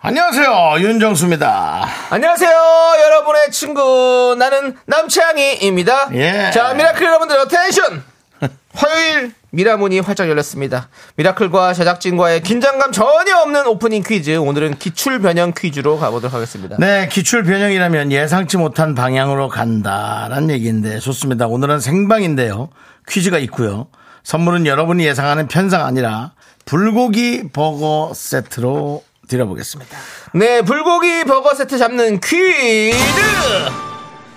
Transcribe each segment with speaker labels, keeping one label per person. Speaker 1: 안녕하세요 윤정수입니다
Speaker 2: 안녕하세요, 여러분의 친구. 나는 남창희입니다.
Speaker 1: 예.
Speaker 2: 자, 미라클 여러분들, 어텐션! 화요일 미라문이 활짝 열렸습니다. 미라클과 제작진과의 긴장감 전혀 없는 오프닝 퀴즈. 오늘은 기출 변형 퀴즈로 가보도록 하겠습니다.
Speaker 1: 네 기출 변형이라면 예상치 못한 방향으로 간다란 얘기인데 좋습니다 오늘은 생방인데요 퀴즈가 있고요 선물은 여러분이 예상하는 편상 아니라 불고기 버거 세트로 드려보겠습니다
Speaker 2: 네, 불고기 버거 세트 잡는 퀴즈!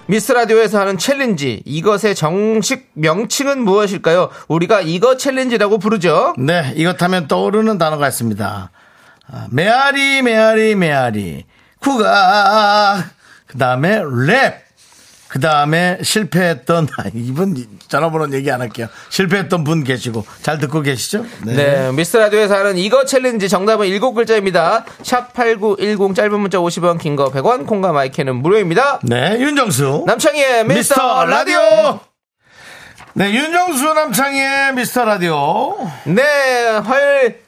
Speaker 2: 미스 라디오에서 하는 챌린지. 이것의 정식 명칭은 무엇일까요? 우리가 이거 챌린지라고 부르죠.
Speaker 1: 네, 이것 하면 떠오르는 단어가 있습니다. 아, 메아리, 메아리, 메아리. 국악. 그 다음에 랩. 그 다음에 실패했던, 아, 이분 전화번호는 얘기 안 할게요. 실패했던 분 계시고. 잘 듣고 계시죠?
Speaker 2: 네, 미스터 라디오에서 하는 이거 챌린지 정답은 일곱 글자입니다. 샵 8910 짧은 문자 50원, 긴 거 100원, 콩과 마이크는 무료입니다.
Speaker 1: 네, 윤정수.
Speaker 2: 남창희의 미스터 라디오.
Speaker 1: 네, 윤정수 남창희의 미스터 라디오.
Speaker 2: 네, 화요일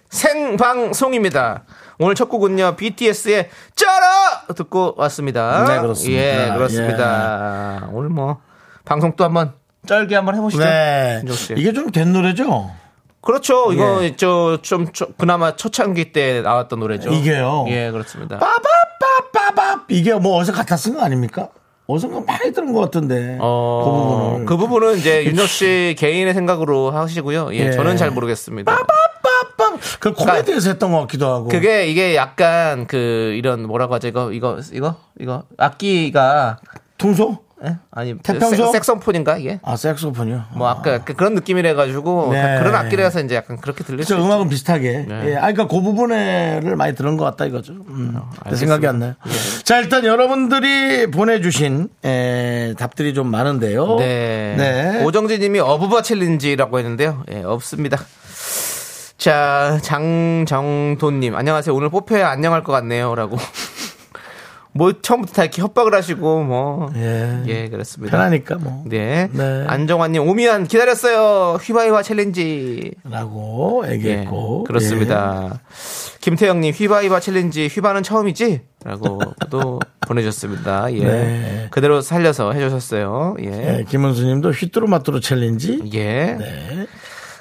Speaker 2: 생방송입니다. 오늘 첫 곡은요, BTS의 짜라! 듣고 왔습니다.
Speaker 1: 네, 그렇습니다.
Speaker 2: 예, 그렇습니다. 오늘 뭐, 방송 또 한번 짧게 한번 해보시죠.
Speaker 1: 네.
Speaker 2: 윤정수 씨.
Speaker 1: 이게 좀 된 노래죠?
Speaker 2: 그렇죠. 이거, 저, 좀, 저- 그나마 초창기 때 나왔던 노래죠.
Speaker 1: 이게요?
Speaker 2: 예, 그렇습니다.
Speaker 1: 빠바빠빠밥 이게 뭐 어디서 갖다 쓴 거 아닙니까? 어디서 많이 들은 것 같은데
Speaker 2: 어,
Speaker 1: 그 부분을
Speaker 2: 그 부분은 이제 윤정 씨 개인의 생각으로 하시고요. 예,
Speaker 1: 예.
Speaker 2: 저는 잘 모르겠습니다.
Speaker 1: 빠바빠빠 그 코미디에서 했던 것 같기도 하고
Speaker 2: 그러니까 그게 이게 약간 그 이런 뭐라고 하죠? 이거 이거 이거 이거 악기가
Speaker 1: 통소?
Speaker 2: 예? 아니
Speaker 1: 태평소?
Speaker 2: 그 색- 색소폰인가 이게?
Speaker 1: 아 색소폰이요
Speaker 2: 뭐 아까 그- 그런 느낌이라 가지고
Speaker 1: 네.
Speaker 2: 그런 악기라서 이제 약간 그렇게 들릴 수
Speaker 1: 그래서
Speaker 2: 있죠.
Speaker 1: 음악은 비슷하게
Speaker 2: 네.
Speaker 1: 예, 아 그러니까 그 부분에를 많이 들은 것 같다 이거죠
Speaker 2: 어,
Speaker 1: 음, 근데 생각이 안 나요
Speaker 2: 예.
Speaker 1: 자 일단 여러분들이 보내주신 에, 답들이 좀 많은데요
Speaker 2: 네.
Speaker 1: 네.
Speaker 2: 오정진님이 어부바 챌린지라고 했는데요. 예, 없습니다. 자, 장정돈님 안녕하세요. 오늘 뽑혀야 안녕할 것 같네요라고. 뭐 처음부터 다 이렇게 협박을 하시고 뭐.
Speaker 1: 예.
Speaker 2: 예, 그렇습니다.
Speaker 1: 편하니까 뭐
Speaker 2: 네.
Speaker 1: 네.
Speaker 2: 안정환님 오미안 기다렸어요. 휘바이바 챌린지.
Speaker 1: 라고 얘기했고
Speaker 2: 예, 그렇습니다. 김태영님 휘바이바 챌린지 휘바는 처음이지?라고 또 보내주셨습니다. 예,
Speaker 1: 네.
Speaker 2: 그대로 살려서 해주셨어요. 예,
Speaker 1: 예. 예, 김은수님도 휘뚜루마뚜루 챌린지
Speaker 2: 예.
Speaker 1: 네.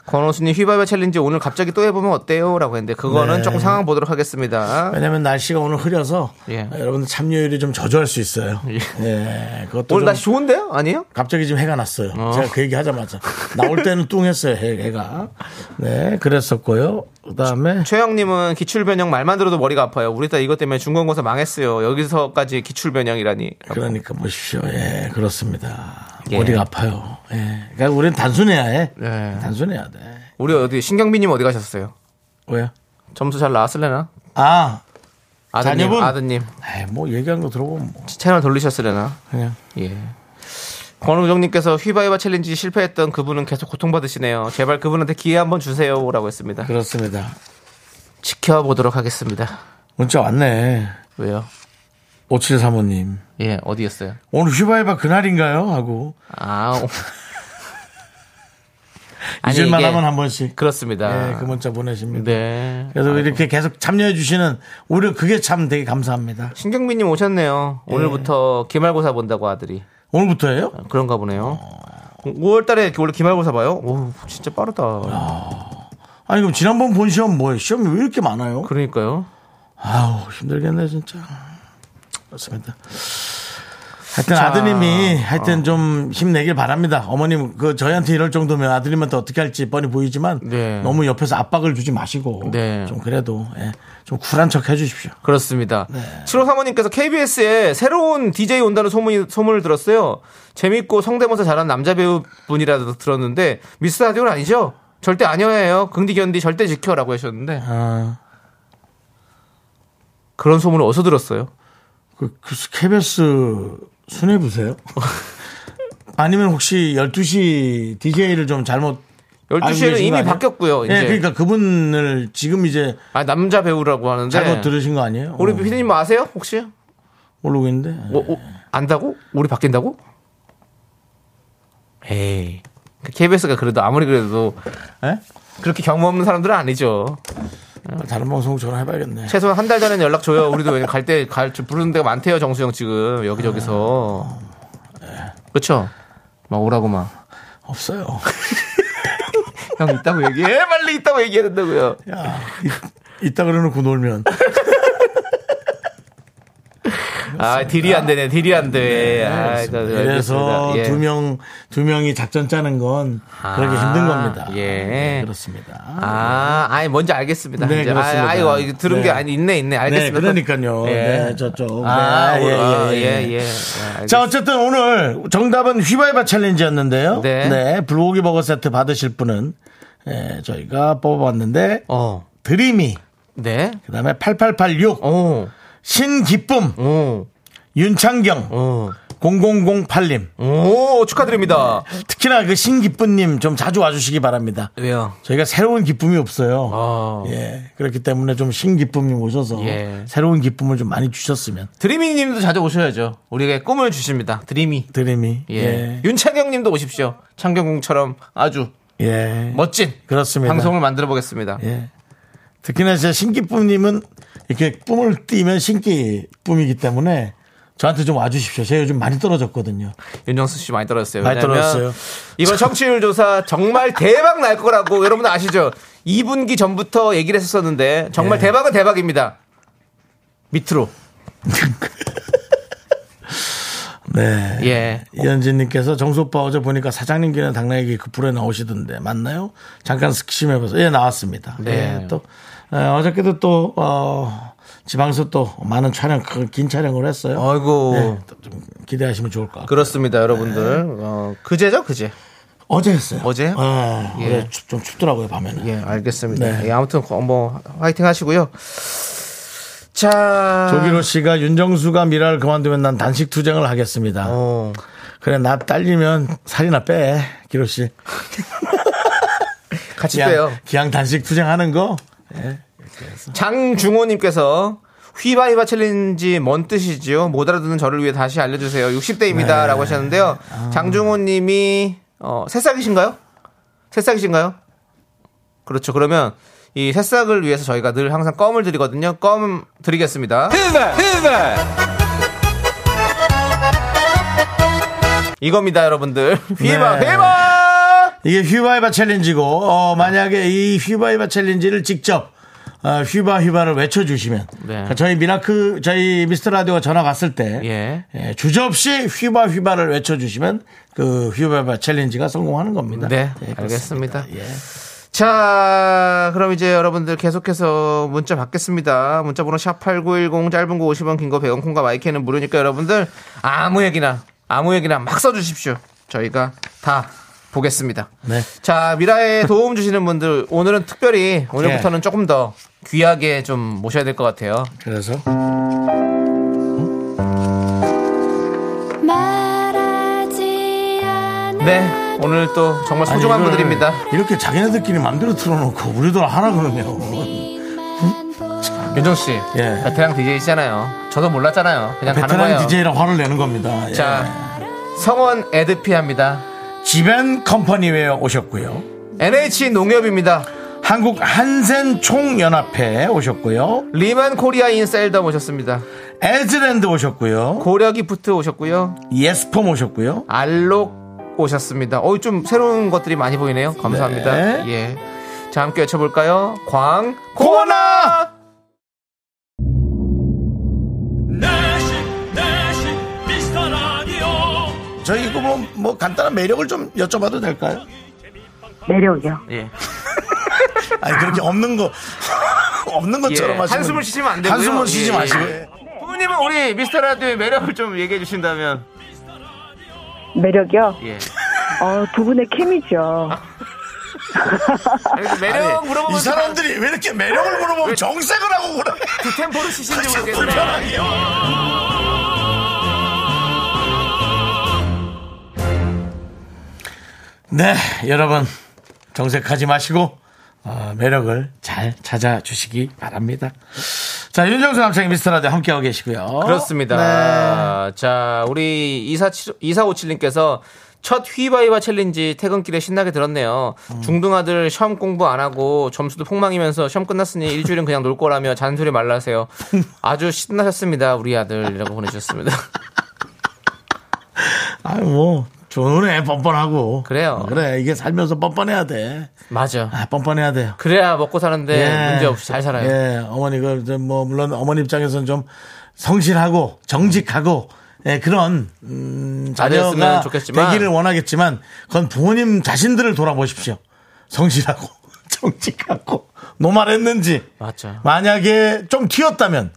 Speaker 2: 권호수님 휘바이바 챌린지 오늘 갑자기 또 해보면 어때요?라고 했는데 그거는
Speaker 1: 네.
Speaker 2: 조금 상황 보도록 하겠습니다.
Speaker 1: 왜냐면 날씨가 오늘 흐려서
Speaker 2: 예.
Speaker 1: 여러분들 참여율이 좀 저조할 수 있어요. 예. 그것도
Speaker 2: 오늘
Speaker 1: 좀
Speaker 2: 날씨 좋은데요? 아니요?
Speaker 1: 갑자기 지금 해가 났어요. 제가 그 얘기 하자마자 나올 때는 뚱했어요. 해, 가 네, 그랬었고요. 그다음에
Speaker 2: 최영님은 기출 변형 말만 들어도 머리가 아파요. 우리 딸 이것 때문에 중간고사 망했어요. 여기서까지 기출 변형이라니.
Speaker 1: 그러니까 보십시오. 예, 그렇습니다.
Speaker 2: 예.
Speaker 1: 머리가 아파요. 예. 그러니까 우리는 단순해야 해.
Speaker 2: 네.
Speaker 1: 단순해야 돼.
Speaker 2: 우리 어디 신경빈님 어디 가셨어요?
Speaker 1: 왜요?
Speaker 2: 점수 잘 나왔을래나?
Speaker 1: 아,
Speaker 2: 아드님,
Speaker 1: 자녀분?
Speaker 2: 아드님
Speaker 1: 에이, 뭐 얘기한 거 들어보면 뭐
Speaker 2: 채널 돌리셨을래나?
Speaker 1: 그냥
Speaker 2: 예. 권우정님께서 휘바이바 챌린지 실패했던 그분은 계속 고통받으시네요. 제발 그분한테 기회 한번 주세요라고 했습니다.
Speaker 1: 그렇습니다.
Speaker 2: 지켜보도록 하겠습니다.
Speaker 1: 문자 왔네.
Speaker 2: 왜요?
Speaker 1: 57 사모님.
Speaker 2: 예, 어디였어요?
Speaker 1: 오늘 휘바이바 그날인가요? 하고
Speaker 2: 아, 오- 아니,
Speaker 1: 잊을만
Speaker 2: 이게-
Speaker 1: 하면 한 번씩
Speaker 2: 그렇습니다.
Speaker 1: 예, 그 문자 보내십니다.
Speaker 2: 네.
Speaker 1: 그래서 이렇게 계속 참여해 주시는 오히려 그게 참 되게 감사합니다.
Speaker 2: 신경민님 오셨네요.
Speaker 1: 예.
Speaker 2: 오늘부터 기말고사 본다고 아들이.
Speaker 1: 오늘부터예요?
Speaker 2: 그런가 보네요.
Speaker 1: 어.
Speaker 2: 5월달에 원래 기말고사 봐요? 오, 진짜 빠르다.
Speaker 1: 아. 아니 그럼 지난번 본 시험 뭐예요? 시험이 왜 이렇게 많아요?
Speaker 2: 그러니까요.
Speaker 1: 아우 힘들겠네 진짜. 그렇습니다. 하여튼 아드님이 하여튼
Speaker 2: 어.
Speaker 1: 좀 힘내길 바랍니다. 어머님 그 저희한테 이럴 정도면 아드님한테 어떻게 할지 뻔히 보이지만
Speaker 2: 네.
Speaker 1: 너무 옆에서 압박을 주지 마시고
Speaker 2: 네.
Speaker 1: 좀 그래도 예, 좀 쿨한 척 해주십시오.
Speaker 2: 그렇습니다.
Speaker 1: 네.
Speaker 2: 7호 사모님께서 KBS에 새로운 DJ 온다는 소문이, 소문을 들었어요. 재밌고 성대모사 잘하는 남자 배우분이라도 들었는데 미스 라디오는 아니죠? 아. 절대 아니어요. 긍디 견디 절대 지켜라고 하셨는데
Speaker 1: 아,
Speaker 2: 그런 소문을 어디서 들었어요?
Speaker 1: 그, 그 KBS 순회 보세요? 아니면 혹시 12시 DJ를 좀 잘못
Speaker 2: 12시에는 이미 바뀌었고요. 어, 이제.
Speaker 1: 네, 그러니까 그분을 지금 이제
Speaker 2: 아, 남자 배우라고 하는데.
Speaker 1: 잘못 들으신 거 아니에요?
Speaker 2: 네. 우리
Speaker 1: 어, 네.
Speaker 2: 피디님 아세요? 혹시?
Speaker 1: 모르고 있는데.
Speaker 2: 어, 어, 안다고? 우리 바뀐다고? 에이. KBS가 그래도 아무리 그래도
Speaker 1: 예?
Speaker 2: 그렇게 경험 없는 사람들은 아니죠.
Speaker 1: 다른 방송 전화해봐야겠네.
Speaker 2: 최소한 한 달 전에는 연락 줘요. 우리도 갈 때 갈 부르는 데가 많대요. 정수영 지금 여기저기서.
Speaker 1: 아, 네.
Speaker 2: 그렇죠. 막 오라고 막.
Speaker 1: 없어요.
Speaker 2: 형 있다고 얘기해. 빨리 있다고 얘기해야 된다고요.
Speaker 1: 야, 이- 이따 그래놓고 놀면.
Speaker 2: 네, 아, 딜이 안 되네. 딜이 안 돼. 아,
Speaker 1: 그래서
Speaker 2: 예.
Speaker 1: 두 명, 두 명이 작전 짜는 건 그렇게
Speaker 2: 아,
Speaker 1: 힘든 겁니다.
Speaker 2: 예.
Speaker 1: 네, 그렇습니다.
Speaker 2: 아, 아니 뭔지 알겠습니다.
Speaker 1: 네,
Speaker 2: 이제 아,
Speaker 1: 그렇습니다.
Speaker 2: 아, 이거 이거 들은
Speaker 1: 네.
Speaker 2: 게 아니 있네, 있네. 알겠습니다.
Speaker 1: 네, 그러니까요.
Speaker 2: 예.
Speaker 1: 네, 저쪽.
Speaker 2: 아,
Speaker 1: 네,
Speaker 2: 예, 예, 예. 예.
Speaker 1: 자, 어쨌든 오늘 정답은 휘바이바 챌린지였는데요.
Speaker 2: 네.
Speaker 1: 불고기 버거 세트 받으실 분은 예, 저희가 뽑아봤는데
Speaker 2: 어,
Speaker 1: 드림이,
Speaker 2: 네,
Speaker 1: 그다음에 8886,
Speaker 2: 어,
Speaker 1: 신기쁨,
Speaker 2: 어,
Speaker 1: 윤창경,
Speaker 2: 어,
Speaker 1: 0008님.
Speaker 2: 오, 축하드립니다.
Speaker 1: 특히나 그 신기쁨님 좀 자주 와주시기 바랍니다.
Speaker 2: 왜요?
Speaker 1: 저희가 새로운 기쁨이 없어요.
Speaker 2: 아.
Speaker 1: 예. 그렇기 때문에 좀 신기쁨이 오셔서
Speaker 2: 예.
Speaker 1: 새로운 기쁨을 좀 많이 주셨으면
Speaker 2: 드리미님도 자주 오셔야죠. 우리에게 꿈을 주십니다. 드리미.
Speaker 1: 드림이.
Speaker 2: 예.
Speaker 1: 예.
Speaker 2: 윤창경님도 오십시오. 창경궁처럼 아주
Speaker 1: 예.
Speaker 2: 멋진
Speaker 1: 그렇습니다.
Speaker 2: 뭐 방송을 만들어 보겠습니다.
Speaker 1: 예. 특히나 진짜 신기쁨님은 이렇게 뿜을 띄면 신기쁨이기 때문에 저한테 좀 와주십시오. 제가 요즘 많이 떨어졌거든요.
Speaker 2: 윤정수 씨 많이 떨어졌어요.
Speaker 1: 많이
Speaker 2: 왜냐면
Speaker 1: 떨어졌어요.
Speaker 2: 이번 청취율 조사 정말 대박 날 거라고 여러분 아시죠? 2분기 전부터 얘기를 했었는데 정말
Speaker 1: 예.
Speaker 2: 대박은 대박입니다. 밑으로.
Speaker 1: 네.
Speaker 2: 예.
Speaker 1: 이현진님께서 정수오빠 어제 보니까 사장님 길에 당나귀 그 불에 나오시던데 맞나요? 잠깐 스심해봐서 예 나왔습니다.
Speaker 2: 네.
Speaker 1: 예, 또 예, 어저께도 또 어, 지방서 또 많은 촬영 그, 긴 촬영을 했어요.
Speaker 2: 아이고.
Speaker 1: 네, 또좀 기대하시면 좋을 것 같아요.
Speaker 2: 그렇습니다, 여러분들. 어, 그제죠, 그제.
Speaker 1: 어제 했어요.
Speaker 2: 어제요?
Speaker 1: 예,
Speaker 2: 예.
Speaker 1: 어제 춥- 좀 춥더라고요 밤에는.
Speaker 2: 예, 알겠습니다.
Speaker 1: 네.
Speaker 2: 예, 아무튼 거- 뭐 화이팅 하시고요. 자,
Speaker 1: 조기로 씨가 윤정수가 미라를 그만두면 난 단식 투쟁을 하겠습니다.
Speaker 2: 어,
Speaker 1: 그래 나 딸리면 살이나 빼 기로 씨.
Speaker 2: 같이 빼요.
Speaker 1: 기왕, 기왕 단식 투쟁하는 거
Speaker 2: 장중호님께서 휘바이바 챌린지 뭔 뜻이지요? 못 알아듣는 저를 위해 다시 알려주세요. 60대입니다라고 하셨는데요. 장중호님이 어, 새싹이신가요? 새싹이신가요? 그렇죠. 그러면 이 새싹을 위해서 저희가 늘 항상 껌을 드리거든요. 껌 드리겠습니다. 이겁니다, 여러분들. 휘바
Speaker 1: 네.
Speaker 2: 휘바.
Speaker 1: 이게 휘바이바 챌린지고 어, 만약에 이 휘바이바 챌린지를 직접 어, 휘바 휘바를 외쳐주시면 그러니까
Speaker 2: 네.
Speaker 1: 저희 미라크 저희 미스터 라디오가 전화 갔을 때
Speaker 2: 예.
Speaker 1: 예, 주저없이 휘바 휘바를 외쳐주시면 그 휘바이바 챌린지가 성공하는 겁니다.
Speaker 2: 네,
Speaker 1: 예, 그렇습니다.
Speaker 2: 알겠습니다.
Speaker 1: 예.
Speaker 2: 자, 그럼 이제 여러분들 계속해서 문자 받겠습니다. 문자 번호 샵8910 짧은 거 50원, 긴 거 100원, 콩과 마이크는 무료니까 여러분들 아무 얘기나 아무 얘기나 막 써 주십시오. 저희가 다 보겠습니다.
Speaker 1: 네.
Speaker 2: 자, 미라에 도움 주시는 분들 오늘은 특별히 오늘부터는
Speaker 1: 예.
Speaker 2: 조금 더 귀하게 좀 모셔야 될 것 같아요.
Speaker 1: 그래서
Speaker 3: 말하지 않아
Speaker 2: 네. 오늘 또 정말
Speaker 1: 아니,
Speaker 2: 소중한
Speaker 1: 이거를
Speaker 2: 분들입니다.
Speaker 1: 이렇게 자기네들끼리 마음대로 틀어놓고 우리도 하라 그러면
Speaker 2: 윤정 씨.
Speaker 1: 예.
Speaker 2: 베테랑 DJ시잖아요. 저도 몰랐잖아요. 그냥 가는 거예요.
Speaker 1: 베테랑 DJ랑 화를 내는 겁니다. 예.
Speaker 2: 자, 성원 에드피아입니다.
Speaker 1: 지벤 컴퍼니웨어 오셨고요.
Speaker 2: NH E 농협입니다.
Speaker 1: 한국 한센 총연합회 오셨고요.
Speaker 2: 리만 코리아 인셀더 오셨습니다.
Speaker 1: 에즈랜드 오셨고요.
Speaker 2: 고려 기프트 오셨고요.
Speaker 1: 예스폼 오셨고요.
Speaker 2: 알록 오셨습니다. 어이 좀 새로운 것들이 많이 보이네요. 감사합니다.
Speaker 1: 네.
Speaker 2: 예. 자, 함께 외쳐볼까요? 광, 고나!
Speaker 4: 내식 내식 미스터 라디오
Speaker 1: 저희 이거 뭐, 뭐 간단한 매력을 좀 여쭤봐도 될까요?
Speaker 5: 매력이요.
Speaker 2: 예.
Speaker 1: 아니 그렇게 없는 거 없는 것처럼
Speaker 2: 예,
Speaker 1: 하시면
Speaker 2: 한숨을 쉬시면 안 되고요.
Speaker 1: 한숨을 쉬지
Speaker 2: 예,
Speaker 1: 마시고
Speaker 2: 예. 부모님은 우리 미스터 라디오의 매력을 좀 얘기해 주신다면.
Speaker 5: 매력이요?
Speaker 2: 예.
Speaker 5: 어, 두 분의 케미죠.
Speaker 2: 아니, 그 매력 물어보면
Speaker 1: 이 사람들이 왜 이렇게 매력을 물어보면 정색을 하고 그래?
Speaker 2: 그 템포를 치신지
Speaker 1: 진짜
Speaker 2: 모르겠네.
Speaker 1: 불편하게요. 네, 여러분 정색하지 마시고 어, 매력을 잘 찾아주시기 바랍니다. 자, 윤정수 남창의 미스터라디오 함께하고 계시고요. 어? 네.
Speaker 2: 그렇습니다. 자, 우리 2457, 2457님께서 첫 휘바이바 챌린지 퇴근길에 신나게 들었네요.
Speaker 1: 음.
Speaker 2: 중등 아들 시험 공부 안 하고 점수도 폭망이면서 시험 끝났으니 일주일은 그냥 놀 거라며 잔소리 말라세요. 아주 신나셨습니다. 우리 아들이라고 보내주셨습니다.
Speaker 1: 아유 뭐 좋네 뻔뻔하고
Speaker 2: 그래요.
Speaker 1: 어, 그래 이게 살면서 뻔뻔해야 돼.
Speaker 2: 맞아.
Speaker 1: 아 뻔뻔해야 돼요.
Speaker 2: 그래야 먹고 사는데 네, 문제 없이 잘 살아요.
Speaker 1: 예, 어머니가 이제 뭐 물론 어머니 입장에서는 좀 성실하고 정직하고 예, 그런 음, 자녀가
Speaker 2: 아들였으면 좋겠지만.
Speaker 1: 되기를 원하겠지만 그건 부모님 자신들을 돌아보십시오. 성실하고 정직하고 노말했는지
Speaker 2: 맞죠.
Speaker 1: 만약에 좀 튀었다면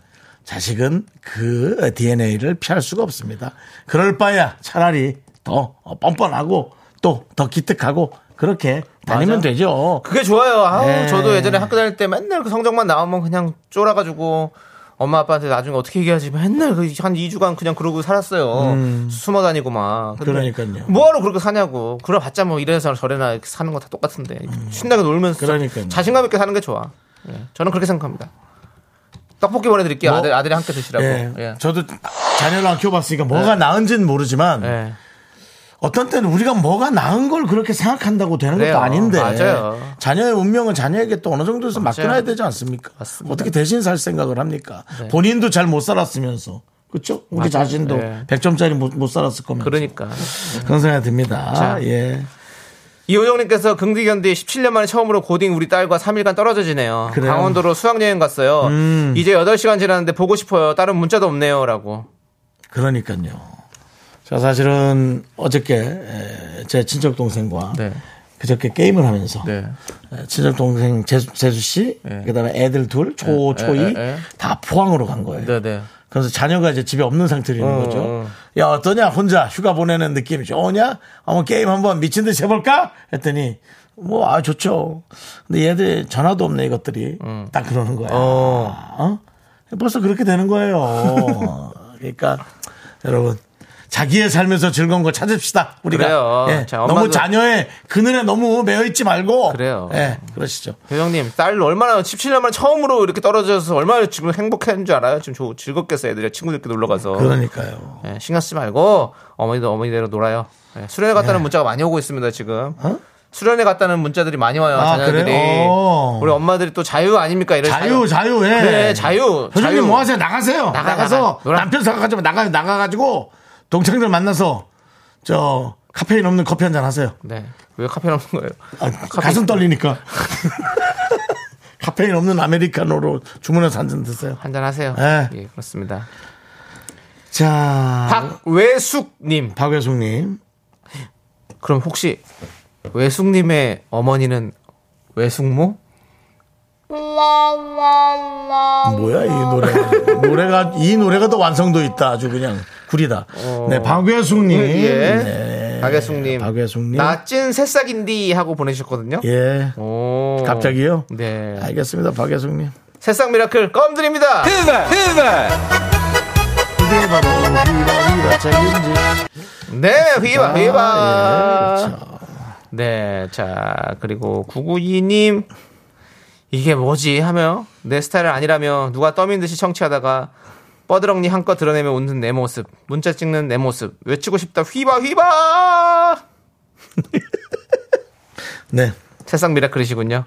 Speaker 1: 자식은 그 DNA를 피할 수가 없습니다. 그럴 바야 차라리 더 뻔뻔하고 또 더 기특하고 그렇게 다니면
Speaker 2: 맞아.
Speaker 1: 되죠.
Speaker 2: 그게 좋아요. 아우,
Speaker 1: 네.
Speaker 2: 저도 예전에 학교 다닐 때 맨날 그 성적만 나오면 그냥 쫄아가지고 엄마 아빠한테 나중에 어떻게 얘기하지? 맨날 그 한 2주간 그냥 그러고 살았어요. 숨어 다니고 막. 근데
Speaker 1: 음. 그러니까요.
Speaker 2: 뭐하러 그렇게 사냐고. 그래봤자 뭐 이래서 저래나 이렇게 사는 거 다 똑같은데. 신나게 놀면서
Speaker 1: 음. 그러니까요.
Speaker 2: 자신감 있게 사는 게 좋아. 예. 저는 그렇게 생각합니다. 떡볶이 보내드릴게요.
Speaker 1: 뭐?
Speaker 2: 아들, 아들이 함께 드시라고.
Speaker 1: 예.
Speaker 2: 예.
Speaker 1: 저도 자녀를 안 키워봤으니까 뭐가 나은지는 모르지만
Speaker 2: 예.
Speaker 1: 어떤 때는 우리가 뭐가 나은 걸 그렇게 생각한다고 되는
Speaker 2: 그래요.
Speaker 1: 것도 아닌데
Speaker 2: 맞아요.
Speaker 1: 자녀의 운명은 자녀에게 또 어느 정도에서 맡겨놔야 되지 않습니까?
Speaker 2: 맞습니다. 네.
Speaker 1: 어떻게 대신 살 생각을 합니까? 본인도 잘 못 살았으면서 그렇죠? 우리
Speaker 2: 맞아요.
Speaker 1: 자신도
Speaker 2: 예.
Speaker 1: 100점짜리 못, 못 살았을 거면
Speaker 2: 그러니까.
Speaker 1: 그런 생각이 듭니다.
Speaker 2: 자.
Speaker 1: 예.
Speaker 2: 이호영님께서 긍디견디 17년 만에 처음으로 고딩 우리 딸과 3일간 떨어져 지내요.
Speaker 1: 그래요? 음.
Speaker 2: 강원도로 수학여행 갔어요. 이제 8시간 지났는데 보고 싶어요. 딸은 문자도 없네요. 라고.
Speaker 1: 그러니까요. 저 사실은 어저께 에, 제 친척 동생과
Speaker 2: 네.
Speaker 1: 그저께 게임을 하면서 에, 친척 동생 재수, 재수 씨,
Speaker 2: 예.
Speaker 1: 그다음에 애들 둘, 초, 초이
Speaker 2: 에, 에.
Speaker 1: 다 포항으로 간 거예요.
Speaker 2: 예, 네네.
Speaker 1: 그래서 자녀가 이제 집에 없는 상태로 있는 거죠.
Speaker 2: 어.
Speaker 1: 야, 어떠냐? 혼자 휴가 보내는 느낌이 좋으냐? 한번 게임 한번 미친 듯이 해볼까? 했더니, 뭐, 아, 좋죠. 근데 얘들 전화도 없네, 이것들이. 딱 그러는 거야.
Speaker 2: 어.
Speaker 1: 어? 벌써 그렇게 되는 거예요. 그러니까 여러분 자기의 삶에서 즐거운 걸 찾읍시다. 우리가
Speaker 2: 그래요.
Speaker 1: 예,
Speaker 2: 자,
Speaker 1: 너무
Speaker 2: 엄마도-
Speaker 1: 자녀의 그늘에 너무 매여 있지 말고
Speaker 2: 그래요.
Speaker 1: 예, 그러시죠.
Speaker 2: 효정님, 딸 얼마나 17년 만에 처음으로 이렇게 떨어져서 얼마나 지금 행복했는 줄 알아요? 지금 저 즐겁겠어요. 애들이 친구들끼리 놀러 가서.
Speaker 1: 그러니까요.
Speaker 2: 예, 신경 쓰지 말고 어머니도 어머니대로 놀아요. 예, 수련회
Speaker 1: 네.
Speaker 2: 갔다는 문자가 많이 오고 있습니다. 지금. 수련회 갔다는 문자들이 많이 와요.
Speaker 1: 어? 아,
Speaker 2: 자녀들이.
Speaker 1: 그래요? 오.
Speaker 2: 우리 엄마들이 또 자유 아닙니까? 이런
Speaker 1: 자유, 자유, 예.
Speaker 2: 그래, 자유. 자유.
Speaker 1: 회장님 뭐 하세요? 나가세요.
Speaker 2: 나가,
Speaker 1: 나가, 서
Speaker 2: 나가. 놀아.
Speaker 1: 남편 생각하지 마. 나가, 나가가지고 동창들 만나서 저 카페인 없는 커피 한 잔 하세요.
Speaker 2: 네. 왜 카페 없는 거예요?
Speaker 1: 아, 가슴 떨리니까. 카페인 없는 아메리카노로 주문해서 한 잔 드세요.
Speaker 2: 한잔 하세요.
Speaker 1: 네. 아.
Speaker 2: 예, 그렇습니다.
Speaker 1: 자.
Speaker 2: 박외숙님.
Speaker 1: 박외숙님.
Speaker 2: 그럼 혹시 외숙님의 어머니는 외숙모?
Speaker 1: 뭐야 이
Speaker 2: 어.
Speaker 1: 노래 노래가 이 노래가 더 완성도 있다 아주 그냥 구리다 네 박외숙님 네.
Speaker 2: 어. 예. 박외숙님.
Speaker 1: 박외숙님
Speaker 2: 나찐 새싹인디 하고 보내주셨거든요.
Speaker 1: 예
Speaker 2: 오.
Speaker 1: 갑자기요
Speaker 2: 어. 네.
Speaker 1: 알겠습니다 박외숙님
Speaker 2: 새싹 미라클 껌 드립니다.
Speaker 1: 그게 바로 휘바휘바 책임지
Speaker 2: 네, 휘바,
Speaker 1: 아, 예,
Speaker 2: 휘바.
Speaker 1: 그렇죠.
Speaker 2: 네, 자, 그리고 992님. 이게 뭐지? 하며 내 스타일 아니라며 누가 떠민 듯이 청취하다가 뻐드렁니 한껏 드러내며 웃는 내 모습, 문자 찍는 내 모습, 외치고 싶다 휘바 휘바.
Speaker 1: 네.
Speaker 2: 새싹 미라클이시군요.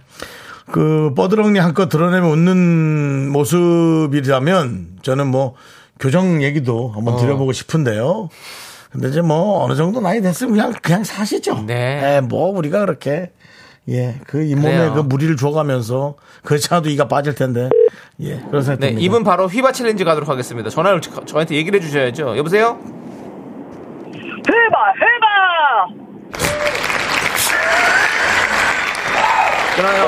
Speaker 1: 그 뻐드렁니 한껏 드러내며 웃는 모습이라면 저는 뭐 교정 얘기도
Speaker 2: 어.
Speaker 1: 한번 드려보고 싶은데요. 근데 이제 뭐 어느 정도 나이 됐으면 그냥 그냥 사시죠.
Speaker 2: 네.
Speaker 1: 예, 뭐 우리가 그렇게 예, 그 잇몸에
Speaker 2: 그래요.
Speaker 1: 그 무리를 줘가면서 그렇지 않아도 이가 빠질 텐데 예, 그런 생각
Speaker 2: 네,
Speaker 1: 듭니다.
Speaker 2: 이분 바로 휘바 챌린지 가도록 하겠습니다. 전화를 저- 저한테 얘기를 해주셔야죠. 여보세요?
Speaker 5: 해봐 해봐
Speaker 2: 끊어요.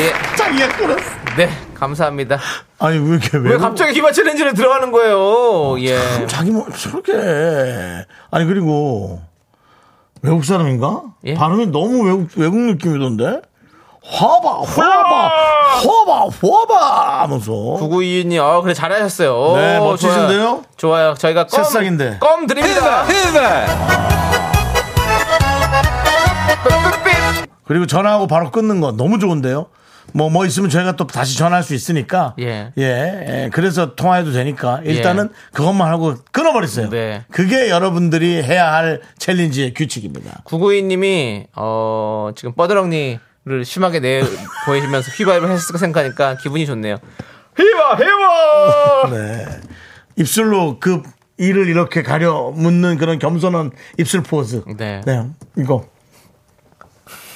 Speaker 2: 예,
Speaker 1: 자기가 끊었어.
Speaker 2: 네, 감사합니다.
Speaker 1: 아니 왜 이렇게 왜,
Speaker 2: 왜 갑자기 휘바 챌린지를 들어가는 거예요? 예.
Speaker 1: 자기 뭐 저렇게 아니 그리고 외국 사람인가?
Speaker 2: 예?
Speaker 1: 발음이 너무 외국, 외국 느낌이던데? 화바, 화바, 화바, 화바 하면서.
Speaker 2: 9922님, 아, 그래, 잘하셨어요. 오,
Speaker 1: 네, 멋지신데요?
Speaker 2: 좋아요. 좋아요. 저희가 껌,
Speaker 1: 새싹인데.
Speaker 2: 껌 드립니다.
Speaker 1: 그리고 전화하고 바로 끊는 거 너무 좋은데요? 뭐, 뭐 있으면 저희가 또 다시 전화할 수 있으니까.
Speaker 2: 예.
Speaker 1: 예. 예. 그래서 통화해도 되니까. 일단은 그것만 하고 끊어버렸어요.
Speaker 2: 네.
Speaker 1: 그게 여러분들이 해야 할 챌린지의 규칙입니다.
Speaker 2: 9922님이, 어, 지금 뻐드렁니를 심하게 내, 보이시면서 휘발을 했을 거 생각하니까 기분이 좋네요. 휘바, 휘바!
Speaker 1: 네. 입술로 그 이를 이렇게 가려 묻는 그런 겸손한 입술 포즈.
Speaker 2: 네. 예.
Speaker 1: 이거.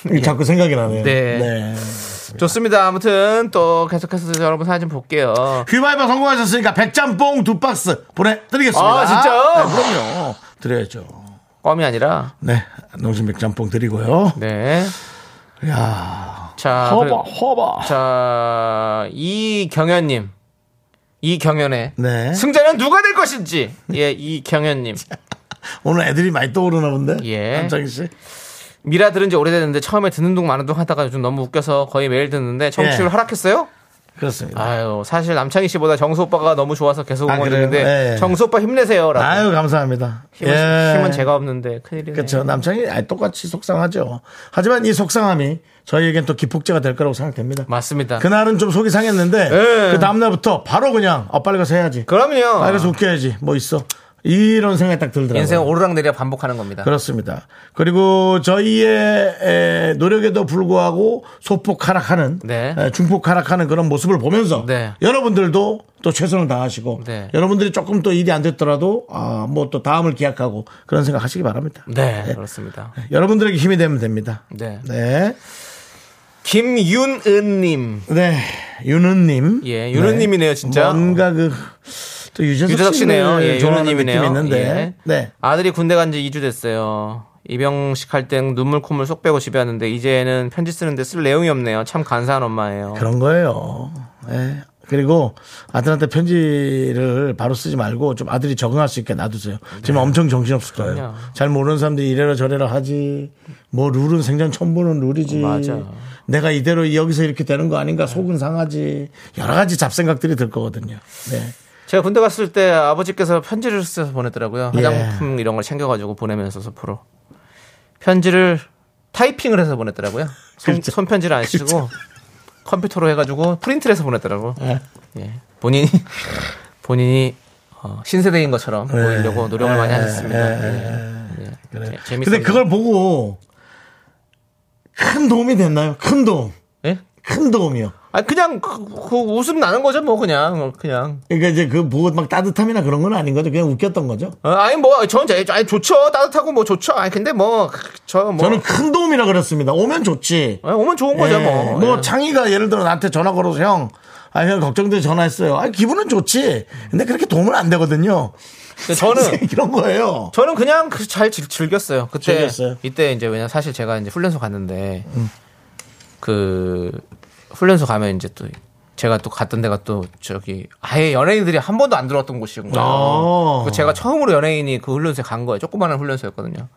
Speaker 1: 이거 자꾸 생각이 나네요.
Speaker 2: 네. 좋습니다. 아무튼 또 계속해서 여러분 사진 볼게요.
Speaker 1: 휘바이바 성공하셨으니까 백짬뽕 두 박스 보내드리겠습니다.
Speaker 2: 아, 진짜요?
Speaker 1: 네, 그럼요. 드려야죠.
Speaker 2: 껌이 아니라,
Speaker 1: 네. 농심 백짬뽕 드리고요.
Speaker 2: 네.
Speaker 1: 야
Speaker 2: 자,
Speaker 1: 허바,
Speaker 2: 그리고-
Speaker 1: 허바.
Speaker 2: 자, 이경현님. 이경현의
Speaker 1: 네.
Speaker 2: 승자는 누가 될 것인지. 예, 이경현님.
Speaker 1: 오늘 애들이 많이 떠오르나 본데?
Speaker 2: 예.
Speaker 1: 남창희 씨?
Speaker 2: 미라 들은 지 오래됐는데 처음에 듣는 동 많은 동 하다가 요즘 너무 웃겨서 거의 매일 듣는데 청취율
Speaker 1: 예.
Speaker 2: 하락했어요?
Speaker 1: 그렇습니다.
Speaker 2: 아유, 사실 남창희 씨보다 정수 오빠가 너무 좋아서 계속
Speaker 1: 아, 그래요?
Speaker 2: 응원했는데
Speaker 1: 예.
Speaker 2: 정수 오빠 힘내세요. 라고.
Speaker 1: 아유, 감사합니다.
Speaker 2: 힘은,
Speaker 1: 예.
Speaker 2: 힘은 제가 없는데 큰일이네.
Speaker 1: 그렇죠. 남창이 아이, 똑같이 속상하죠. 하지만 이 속상함이 저희에겐 또 기폭제가 될 거라고 생각됩니다.
Speaker 2: 맞습니다. 그...
Speaker 1: 그날은 좀 속이 상했는데
Speaker 2: 예.
Speaker 1: 그 다음날부터 바로 그냥 아 빨리 가서 해야지.
Speaker 2: 럼요
Speaker 1: 빨리 가서 웃겨야지. 뭐 있어. 이런 생각이 딱 들더라고요.
Speaker 2: 네. 인생 오르락내리락 반복하는 겁니다.
Speaker 1: 그렇습니다. 그리고 저희의 에, 노력에도 불구하고 소폭 하락하는
Speaker 2: 네.
Speaker 1: 에, 중폭 하락하는 그런 모습을 보면서
Speaker 2: 네.
Speaker 1: 여러분들도 또 최선을 다하시고
Speaker 2: 네.
Speaker 1: 여러분들이 조금 또 일이 안 됐더라도 아 뭐 또 다음을 기약하고 그런 생각 하시기 바랍니다.
Speaker 2: 네, 그렇습니다.
Speaker 1: 여러분들에게 힘이 되면 됩니다.
Speaker 2: 네.
Speaker 1: 네.
Speaker 2: 김윤은님.
Speaker 1: 네. 윤은님.
Speaker 2: 예, 윤은님이네요, 진짜.
Speaker 1: 뭔가 그, 또 유재석
Speaker 2: 유재석 씨네요. 예,
Speaker 1: 씨네요.
Speaker 2: 유느님이네요.
Speaker 1: 있는데.
Speaker 2: 예.
Speaker 1: 네.
Speaker 2: 아들이 군대 간 지 2주 됐어요. 입영식 할 땐 눈물 콧물 쏙 빼고 집에 왔는데 이제는 편지 쓰는데 쓸 내용이 없네요. 참 간사한 엄마예요.
Speaker 1: 그런 거예요. 예. 그리고 아들한테 편지를 바로 쓰지 말고 좀 아들이 적응할 수 있게 놔두세요. 지금 엄청 정신없을 거예요.
Speaker 2: 네. 그럼요.
Speaker 1: 잘 모르는 사람들이 이래라 저래라 하지. 뭐 룰은 생전 처음 보는 룰이지.
Speaker 2: 맞아.
Speaker 1: 내가 이대로 여기서 이렇게 되는 거 아닌가 속은 상하지. 여러 가지 잡생각들이 들 거거든요. 네.
Speaker 2: 제가 군대 갔을 때 아버지께서 편지를 써서 보내더라고요.
Speaker 1: 예.
Speaker 2: 화장품 이런 걸 챙겨가지고 보내면서 서프로 편지를 타이핑을 해서 보내더라고요. 손,
Speaker 1: 글자.
Speaker 2: 손편지를 안 쓰고
Speaker 1: 그렇죠.
Speaker 2: 컴퓨터로 해가지고 프린트를 해서 보내더라고. 요 예. 본인이 본인이 어, 신세대인
Speaker 1: 예.
Speaker 2: 것처럼 보이려고 노력을 많이 하셨습니다. 예. 예.
Speaker 1: 그래.
Speaker 2: 재- 재밌었네요.
Speaker 1: 근데 그걸 보고 큰 도움이 됐나요? 큰 도움.
Speaker 2: 예?
Speaker 1: 큰 도움이요.
Speaker 2: 아 그냥 그, 그 웃음 나는 거죠 뭐 그냥 어, 그냥
Speaker 1: 그러니까 이제 그 보고 막 따뜻함이나 그런 건 아닌 거죠. 그냥 웃겼던 거죠.
Speaker 2: 어, 아니 뭐 저는 제- 아니 좋죠 따뜻하고 뭐 좋죠 아니 근데 뭐 저뭐
Speaker 1: 저는 큰 도움이라 그랬습니다. 오면 좋지.
Speaker 2: 오면 좋은 거죠
Speaker 1: 예,
Speaker 2: 뭐. 예.
Speaker 1: 창희가 예를 들어 나한테 전화 걸어서 형, 아, 형 걱정돼서 전화했어요. 아, 기분은 좋지. 근데 그렇게 도움은 안 되거든요.
Speaker 2: 근데 예. 저는
Speaker 1: 이런 거예요.
Speaker 2: 저는 그냥 그- 잘 즐- 즐겼어요. 그때
Speaker 1: 어. 즐겼어요? 음.
Speaker 2: 이때 이제 왜냐 사실 제가 이제 훈련소 갔는데 그 훈련소 가면 이제 또 제가 또 갔던 데가 또 저기 아예 연예인들이 한 번도 안 들어왔던 곳이었거든요.
Speaker 1: 아.
Speaker 2: 그래서 제가 처음으로 연예인이 그 훈련소에 간 거예요. 조그마한 훈련소였거든요.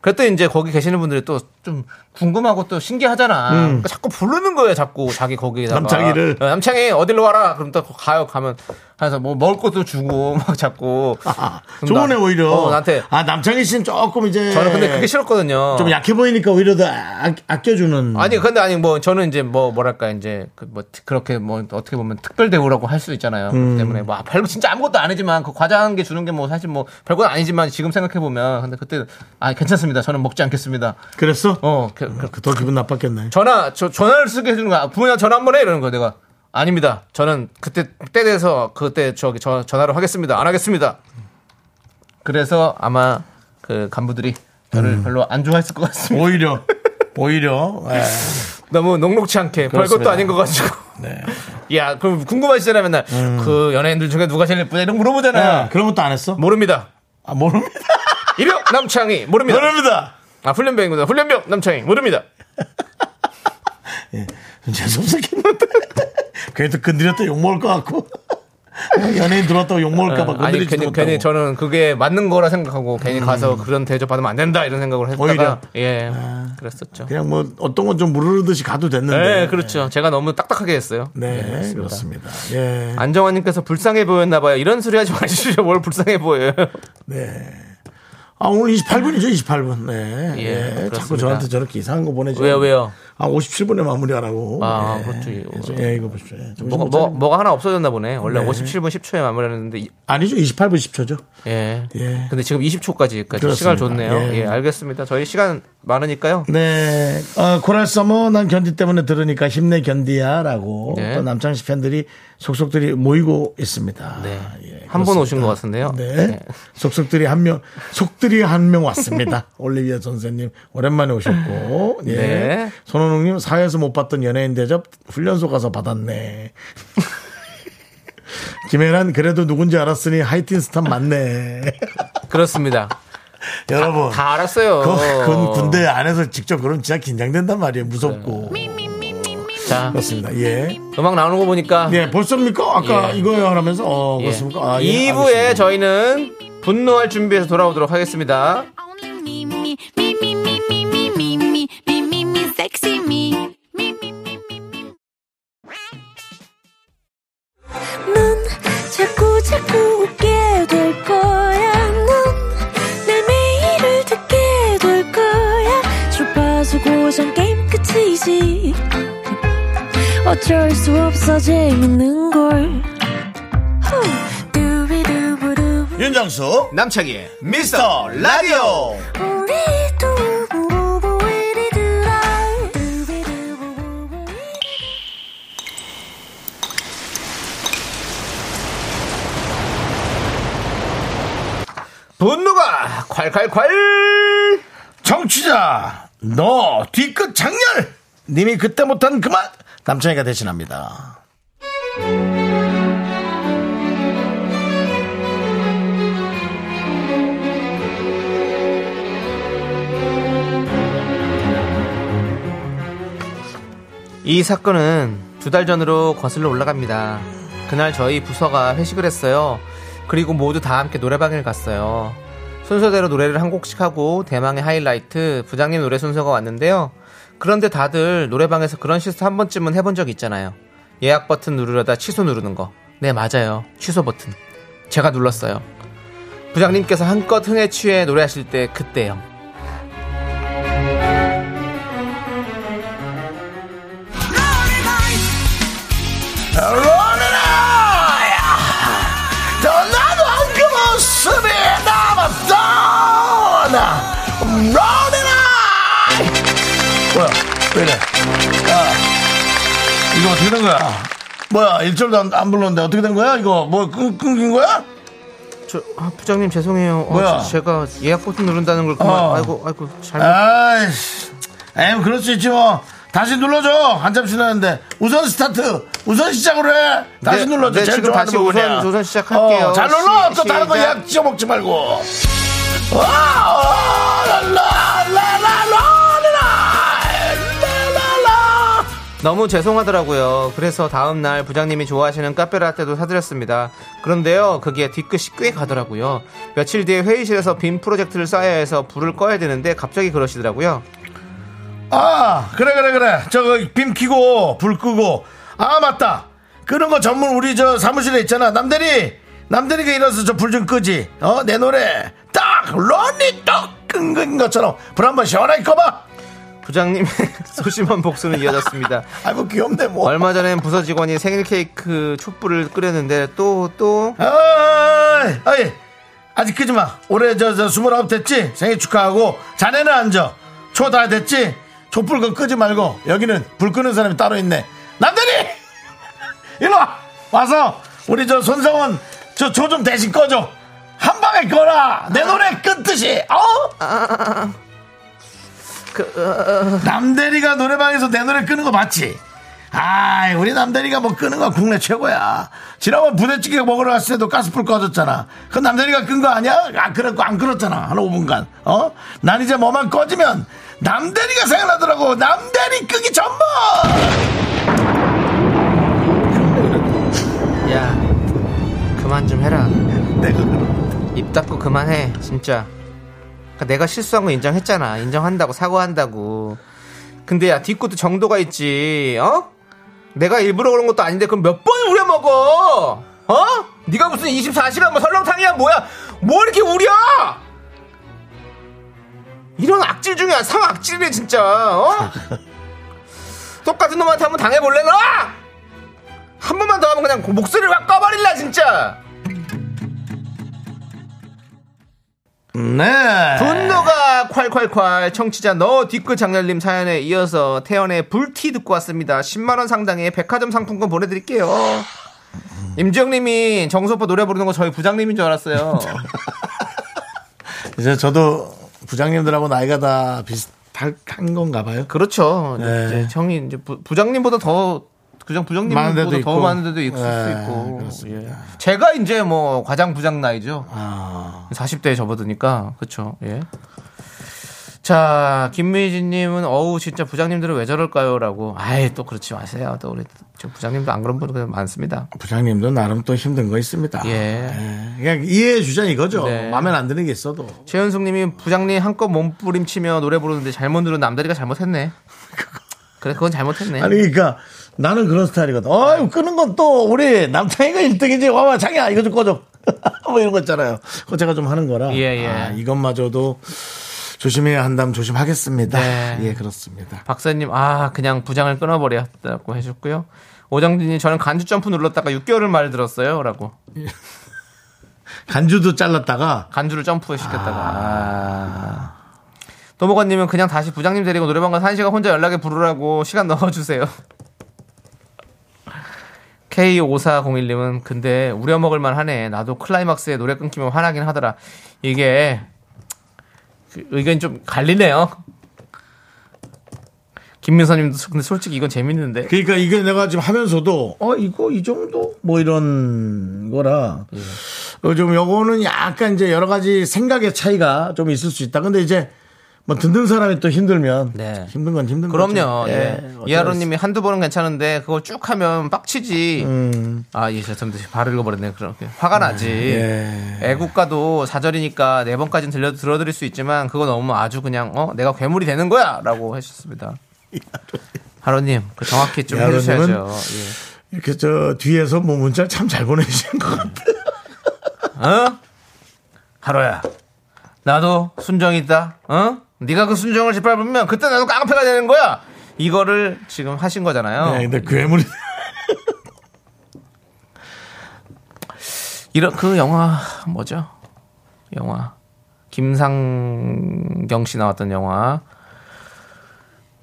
Speaker 2: 그랬더니 이제 거기 계시는 분들이 또 좀 궁금하고 또 신기하잖아. 그러니까 자꾸 부르는 거예요. 자꾸 자기 거기에다가
Speaker 1: 음. 남창희를.
Speaker 2: 어, 남창희 어디로 와라. 그럼 또 가요. 가면 그래서 뭐 먹을 것도 주고 막 자꾸
Speaker 1: 아, 좋으네, 오히려.
Speaker 2: 어, 나한테
Speaker 1: 아, 남창희 씨는 조금 이제.
Speaker 2: 저는 근데 그게 싫었거든요.
Speaker 1: 네. 좀 약해 보이니까 오히려 더 아, 아껴주는.
Speaker 2: 아니 근데 아니 뭐 저는 이제 뭐 뭐랄까 이제 그 뭐 그렇게 뭐 어떻게 보면 특별 대우라고 할 수 있잖아요. 그렇기 때문에 뭐 아, 별거 진짜 아무것도 아니지만 그 과자한 게 주는 게 뭐 사실 뭐 별건 아니지만 지금 생각해 보면 근데 그때 아 괜찮습니다. 저는 먹지 않겠습니다.
Speaker 1: 그랬어?
Speaker 2: 어 그, 그,
Speaker 1: 더 기분 나빴겠네.
Speaker 2: 전화 저, 전화를 쓰게 해주는 거야. 아, 부모님 전화 한 번 해 이러는 거야 내가. 아닙니다. 저는 그때 때 돼서 그때 저기 저, 전화를 하겠습니다. 안 하겠습니다. 그래서 아마 그 간부들이 저를 별로 안 좋아했을 것 같습니다.
Speaker 1: 오히려. 오히려. 예.
Speaker 2: 너무 녹록치 않게 별것도
Speaker 1: 그렇습니다.
Speaker 2: 아닌 것 가지고.
Speaker 1: 네.
Speaker 2: 야, 그럼 궁금하시잖아요, 맨날.
Speaker 1: 음.
Speaker 2: 그 연예인들 중에 누가 제일 예쁘냐? 이런 거 물어보잖아요.
Speaker 1: 예, 그런 것도 안 했어?
Speaker 2: 모릅니다.
Speaker 1: 아, 모릅니다.
Speaker 2: 이병 남창희 뭐- 모릅니다.
Speaker 1: 모릅니다.
Speaker 2: 아, 훈련병이구나. 훈련병 남창희 모릅니다.
Speaker 1: 예. 죄송스럽겠는데. 괜히 또 건드렸다 욕먹을 것 같고. 연예인 들어왔다고 욕먹을까봐
Speaker 2: 아니
Speaker 1: 건드리지도
Speaker 2: 괜히,
Speaker 1: 못하고. 음.
Speaker 2: 괜히 저는 그게 맞는 거라 생각하고 괜히 가서 그런 대접 받으면 안 된다 이런 생각을 했다가
Speaker 1: 오히려.
Speaker 2: 예 그랬었죠.
Speaker 1: 그냥 뭐 어떤 건 좀 무르르듯이 가도 됐는데.
Speaker 2: 네 그렇죠. 제가 너무 딱딱하게 했어요.
Speaker 1: 네, 그렇습니다. 예.
Speaker 2: 안정환님께서 불쌍해 보였나봐요. 이런 소리 하지 마시죠. 뭘 불쌍해 보여요.
Speaker 1: 아, 오늘 28분이죠, 28분. 네.
Speaker 2: 예,
Speaker 1: 예, 자꾸
Speaker 2: 그렇습니다.
Speaker 1: 저한테 저렇게 이상한 거 보내죠.
Speaker 2: 왜요, 왜요?
Speaker 1: 아, 57분에 마무리하라고.
Speaker 2: 아,
Speaker 1: 예.
Speaker 2: 그렇죠.
Speaker 1: 그래서, 예, 이거 보십시오. 예, 정신
Speaker 2: 뭐가,
Speaker 1: 못
Speaker 2: 뭐,
Speaker 1: 차리네.
Speaker 2: 뭐가 하나 없어졌나 보네. 원래 57분 10초에 마무리하는데 이-
Speaker 1: 아니죠, 28분 10초죠.
Speaker 2: 예.
Speaker 1: 예.
Speaker 2: 근데 지금 20초까지 시간을 줬네요.
Speaker 1: 예.
Speaker 2: 예. 알겠습니다. 저희 시간 많으니까요.
Speaker 1: 네, 어, 코랄 서머 난 견디 때문에 들으니까 힘내 견디야라고
Speaker 2: 네.
Speaker 1: 또 남창씨 팬들이 속속들이 모이고 있습니다.
Speaker 2: 네.
Speaker 1: 예,
Speaker 2: 한 분 오신 것 같은데요.
Speaker 1: 네. 속속들이 한 명, 속들이 한 명 왔습니다. 올리비아 전세님, 오랜만에 오셨고. 예.
Speaker 2: 네.
Speaker 1: 손원웅님, 사회에서 못 봤던 연예인 대접 훈련소 가서 받았네. 김혜란, 그래도 누군지 알았으니 하이틴 스타 맞네.
Speaker 2: 그렇습니다.
Speaker 1: 여러분.
Speaker 2: 다 알았어요.
Speaker 1: 그, 그건 군대 안에서 직접 그럼 진짜 긴장된단 말이에요.
Speaker 2: 네.
Speaker 1: 무섭고.
Speaker 2: 자,
Speaker 1: 그렇습니다. 예.
Speaker 2: 음악 나오는 거 보니까
Speaker 1: 예, 벌써입니까? 아까
Speaker 2: 예.
Speaker 1: 이거요 하면서, 어,
Speaker 2: 예.
Speaker 1: 그렇습니까? 아, 예,
Speaker 2: 2부에
Speaker 1: 알겠습니다.
Speaker 2: 저희는 분노할 준비해서 돌아오도록 하겠습니다.
Speaker 3: Only me, me, me, me, me, me, me, me, me, me, me, me, sexy me. Me, me, me, me, me. 넌 자꾸 자꾸 웃게 될 거야. 넌내 매일을 듣게 될 거야. 주파수 고정 게임 끝이지. 어쩔 수 없어 재밌는 걸. 후. 두비두부두.
Speaker 1: 윤정수,
Speaker 2: 남창희의
Speaker 1: 미스터 라디오.
Speaker 3: 우리 두부부부 우리 두라 두비두부부부
Speaker 2: 분노가 콸콸콸!
Speaker 1: 정취자 너 뒤끝 장렬 님이 그때 못한 그만 남창이가 대신합니다
Speaker 2: 이 사건은 두 달 전으로 거슬러 올라갑니다. 그날 저희 부서가 회식을 했어요. 그리고 모두 다 함께 노래방을 갔어요. 순서대로 노래를 한 곡씩 하고 대망의 하이라이트 부장님 노래 순서가 왔는데요. 그런데 다들 노래방에서 그런 실수 한 번쯤은 해본 적 있잖아요. 예약 버튼 누르려다 취소 누르는 거. 네, 맞아요. 취소 버튼. 제가 눌렀어요. 부장님께서 한껏 흥에 취해 노래하실 때 그때요.
Speaker 1: 로리나야 더 나도 그 모습이 남았다 나 로리나 뭐야 왜 이래 야 이거 어떻게 된 거야 뭐야 일절도 안, 안 불렀는데 어떻게 된 거야 이거 뭐 끊, 끊긴 거야
Speaker 2: 저, 아, 부장님 죄송해요. 어,
Speaker 1: 뭐야?
Speaker 2: 저- 제가 예약 버튼 누른다는 걸 그만.
Speaker 1: 어.
Speaker 2: 아이고, 아이고, 잘못.
Speaker 1: 아이씨. 에휴, 그럴 수 있지 뭐. 다시 눌러줘. 한참 지났는데. 우선 스타트. 우선 시작으로 해. 다시
Speaker 2: 네,
Speaker 1: 눌러줘.
Speaker 2: 네,
Speaker 1: 제일
Speaker 2: 지금
Speaker 1: 좋아하는
Speaker 2: 다시
Speaker 1: 부분이야.
Speaker 2: 우선- 우선 시작할게요.
Speaker 1: 어, 잘 눌러.
Speaker 2: 시-
Speaker 1: 또 다른 거
Speaker 2: 시작.
Speaker 1: 약 찍어먹지 말고. 와, 와, 라, 라, 라, 라, 라, 라, 라, 라.
Speaker 2: 너무 죄송하더라고요. 그래서 다음 날 부장님이 좋아하시는 카페라떼도 사드렸습니다. 그런데요, 그게 뒤끝이 꽤 가더라고요. 며칠 뒤에 회의실에서 빔 프로젝트를 쌓아야 해서 불을 꺼야 되는데 갑자기 그러시더라고요.
Speaker 1: 아, 그래, 그래, 그래. 저거 빔 키고, 불 끄고. 아, 맞다. 끄는 거 전문 우리 저 사무실에 있잖아. 남대리! 남대리가 일어서 저 불 좀 끄지. 어, 내 노래. 딱! 런니 떡! 끈끈 것처럼 불 한번 시원하게 꺼봐!
Speaker 2: 부장님의 소심한 복수는 이어졌습니다.
Speaker 1: 아이고, 귀엽네, 뭐.
Speaker 2: 얼마 전엔 부서 직원이 생일 케이크 촛불을 끓였는데 또, 또,
Speaker 1: 어이, 어이. 아직 끄지 마. 올해 저, 저, 스물아홉 됐지? 생일 축하하고. 자네는 앉아. 초 다 됐지? 촛불 그 끄지 말고. 여기는 불 끄는 사람이 따로 있네. 남들이! 일로 와! 와서, 우리 저 손성원, 저 초 좀 대신 꺼줘. 한 방에 꺼라! 내 노래 끊듯이! 어? 남대리가 노래방에서 내 노래 끄는 거 맞지? 아이, 우리 남대리가 뭐 끄는 거 국내 최고야. 지난번 부대찌개 먹으러 갔을 때도 가스불 꺼졌잖아. 그 남대리가 끈 거 아니야? 아, 그랬고 안 끊었잖아. 한 5분간. 어? 난 이제 뭐만 꺼지면 남대리가 생각나더라고. 남대리 끄기 전번!
Speaker 2: 야, 그만 좀 해라.
Speaker 1: 내가 그럼.
Speaker 2: 입 닫고 그만해 진짜 그러니까 내가 실수한 거 인정했잖아 인정한다고 사과한다고 근데 야 뒷것도 정도가 있지 어? 내가 일부러 그런 것도 아닌데 그럼 몇 번을 우려먹어 어? 네가 무슨 24시간 뭐 설렁탕이야 뭐야 뭐 이렇게 우려 이런 악질 중에 상 악질이네 진짜 어? 똑같은 놈한테 한번 당해볼래 너? 한 번만 더 하면 그냥 목소리를 확 꺼버릴라 진짜
Speaker 1: 네.
Speaker 2: 분노가 콸콸콸 청취자 너 뒤끝 장렬님 사연에 이어서 태연의 불티 듣고 왔습니다. 10만 원 상당의 백화점 상품권 보내드릴게요. 임지영님이 정수오빠 노래 부르는 거 저희 부장님인 줄 알았어요.
Speaker 1: 이제 저도 부장님들하고 나이가 다 비슷한 건가 봐요.
Speaker 2: 그렇죠.
Speaker 1: 네.
Speaker 2: 이제 형이 이제 부, 장님보다더 그냥 부장님보다
Speaker 1: 많은 데도
Speaker 2: 더
Speaker 1: 있고.
Speaker 2: 많은 데도 있을 수
Speaker 1: 네,
Speaker 2: 있고.
Speaker 1: 그렇습니다.
Speaker 2: 예. 제가 이제 뭐 과장 부장 나이죠.
Speaker 1: 아,
Speaker 2: 40대에 접어드니까 그렇죠. 예. 자 김미진님은 어우 진짜 부장님들은 왜 저럴까요라고. 아예 또 그렇지 마세요. 또 우리 저 부장님도 안 그런 분들 많습니다.
Speaker 1: 부장님도 나름 또 힘든 거 있습니다.
Speaker 2: 예.
Speaker 1: 그냥 이해해 주자 이거죠.
Speaker 2: 네.
Speaker 1: 마음에 안 드는 게 있어도.
Speaker 2: 최현숙님이 부장님 한껏 몸부림치며 노래 부르는데 잘못 누른 남다리가 잘못했네. 그래 그건 잘못했네.
Speaker 1: 아니 그러니까 나는 그런 스타일이거든.
Speaker 2: 네.
Speaker 1: 어이 끄는 건 또 우리 남창이가 1등이지. 와와 장이야 이거 좀 꺼줘. 뭐 이런 거 있잖아요. 그거 제가 좀 하는 거라.
Speaker 2: 예, 예.
Speaker 1: 아, 이것마저도 조심해야 한다면 조심하겠습니다.
Speaker 2: 네.
Speaker 1: 예 그렇습니다.
Speaker 2: 박사님 아 그냥 부장을 끊어버렸다고 해주셨고요. 오정진님 저는 간주 점프 눌렀다가 6개월을 말 들었어요라고
Speaker 1: 간주도 잘랐다가
Speaker 2: 간주를 점프 시켰다가. 아. 도모관님은 그냥 다시 부장님 데리고 노래방 가서 한 시간 혼자 연락에 부르라고 시간 넣어주세요. K5401님은 근데 우려먹을만 하네. 나도 클라이막스에 노래 끊기면 화나긴 하더라. 이게 그 의견이 좀 갈리네요. 김민서님도 근데 솔직히 이건 재밌는데.
Speaker 1: 그러니까 이게 내가 지금 하면서도 어 이거 이 정도 뭐 이런 거라 어, 좀 요거는 약간 이제 여러 가지 생각의 차이가 좀 있을 수 있다. 근데 이제 뭐 듣는 사람이 또 힘들면
Speaker 2: 네.
Speaker 1: 힘든 건 힘든 거죠.
Speaker 2: 그럼요.
Speaker 1: 예,
Speaker 2: 예.
Speaker 1: 어쩔
Speaker 2: 이하로님이 한두 번은 괜찮은데 그거 쭉 하면 빡치지. 아, 예, 죄송합니다. 바로 읽어버렸네. 그렇게 화가 나지.
Speaker 1: 음. 예.
Speaker 2: 애국가도 4절이니까 네 번까지는 들려 들어드릴 수 있지만 그거 너무 아주 그냥 어 내가 괴물이 되는 거야라고 하셨습니다. 하로님, 그 정확히 좀
Speaker 1: 이하로님은-
Speaker 2: 해주셔야죠. 예.
Speaker 1: 이렇게 저 뒤에서 뭐 문자를 참 잘 보내주신 것 같아요.
Speaker 2: 어? 하로야, 나도 순정이다. 어? 네가 그 순정을 짓밟으면 그때 나도 깡패가 되는 거야. 이거를 지금 하신 거잖아요.
Speaker 1: 네, 근데 괴물이.
Speaker 2: 이런 그 영화 뭐죠? 영화 김상경 씨 나왔던 영화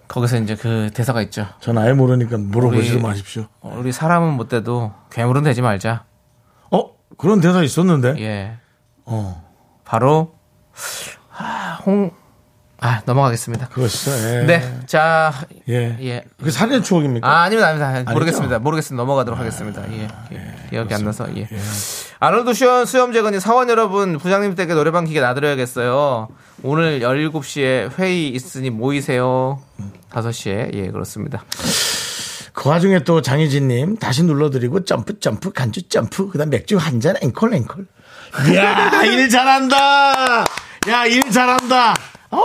Speaker 2: 거기서 이제 그 대사가 있죠.
Speaker 1: 전 아예 모르니까 물어보지도
Speaker 2: 우리-
Speaker 1: 마십시오.
Speaker 2: 우리 사람은 못 돼도 괴물은 되지 말자.
Speaker 1: 어? 그런 대사 있었는데?
Speaker 2: 예,
Speaker 1: 어,
Speaker 2: 바로 아, 홍. 아 넘어가겠습니다.
Speaker 1: 그것이죠. 예.
Speaker 2: 네, 자,
Speaker 1: 예.
Speaker 2: 예.
Speaker 1: 그 살인의 추억입니까?
Speaker 2: 아, 아닙니다, 아닙니다. 모르겠습니다. 모르겠습니다. 넘어가도록 하겠습니다. 예. 예. 기억이 안 나서, 예. 아놀드 슈 수염재건이 사원 여러분, 부장님 댁에 노래방 기계 놔드려야겠어요. 오늘 17시에 회의 있으니 모이세요. 5시에, 예, 그렇습니다.
Speaker 1: 그 와중에 또 장희진님 다시 눌러드리고 점프 점프 간주 점프 그다음 맥주 한 잔 앵콜 앵콜. 이야 일 잘한다. 야 일 잘한다. 어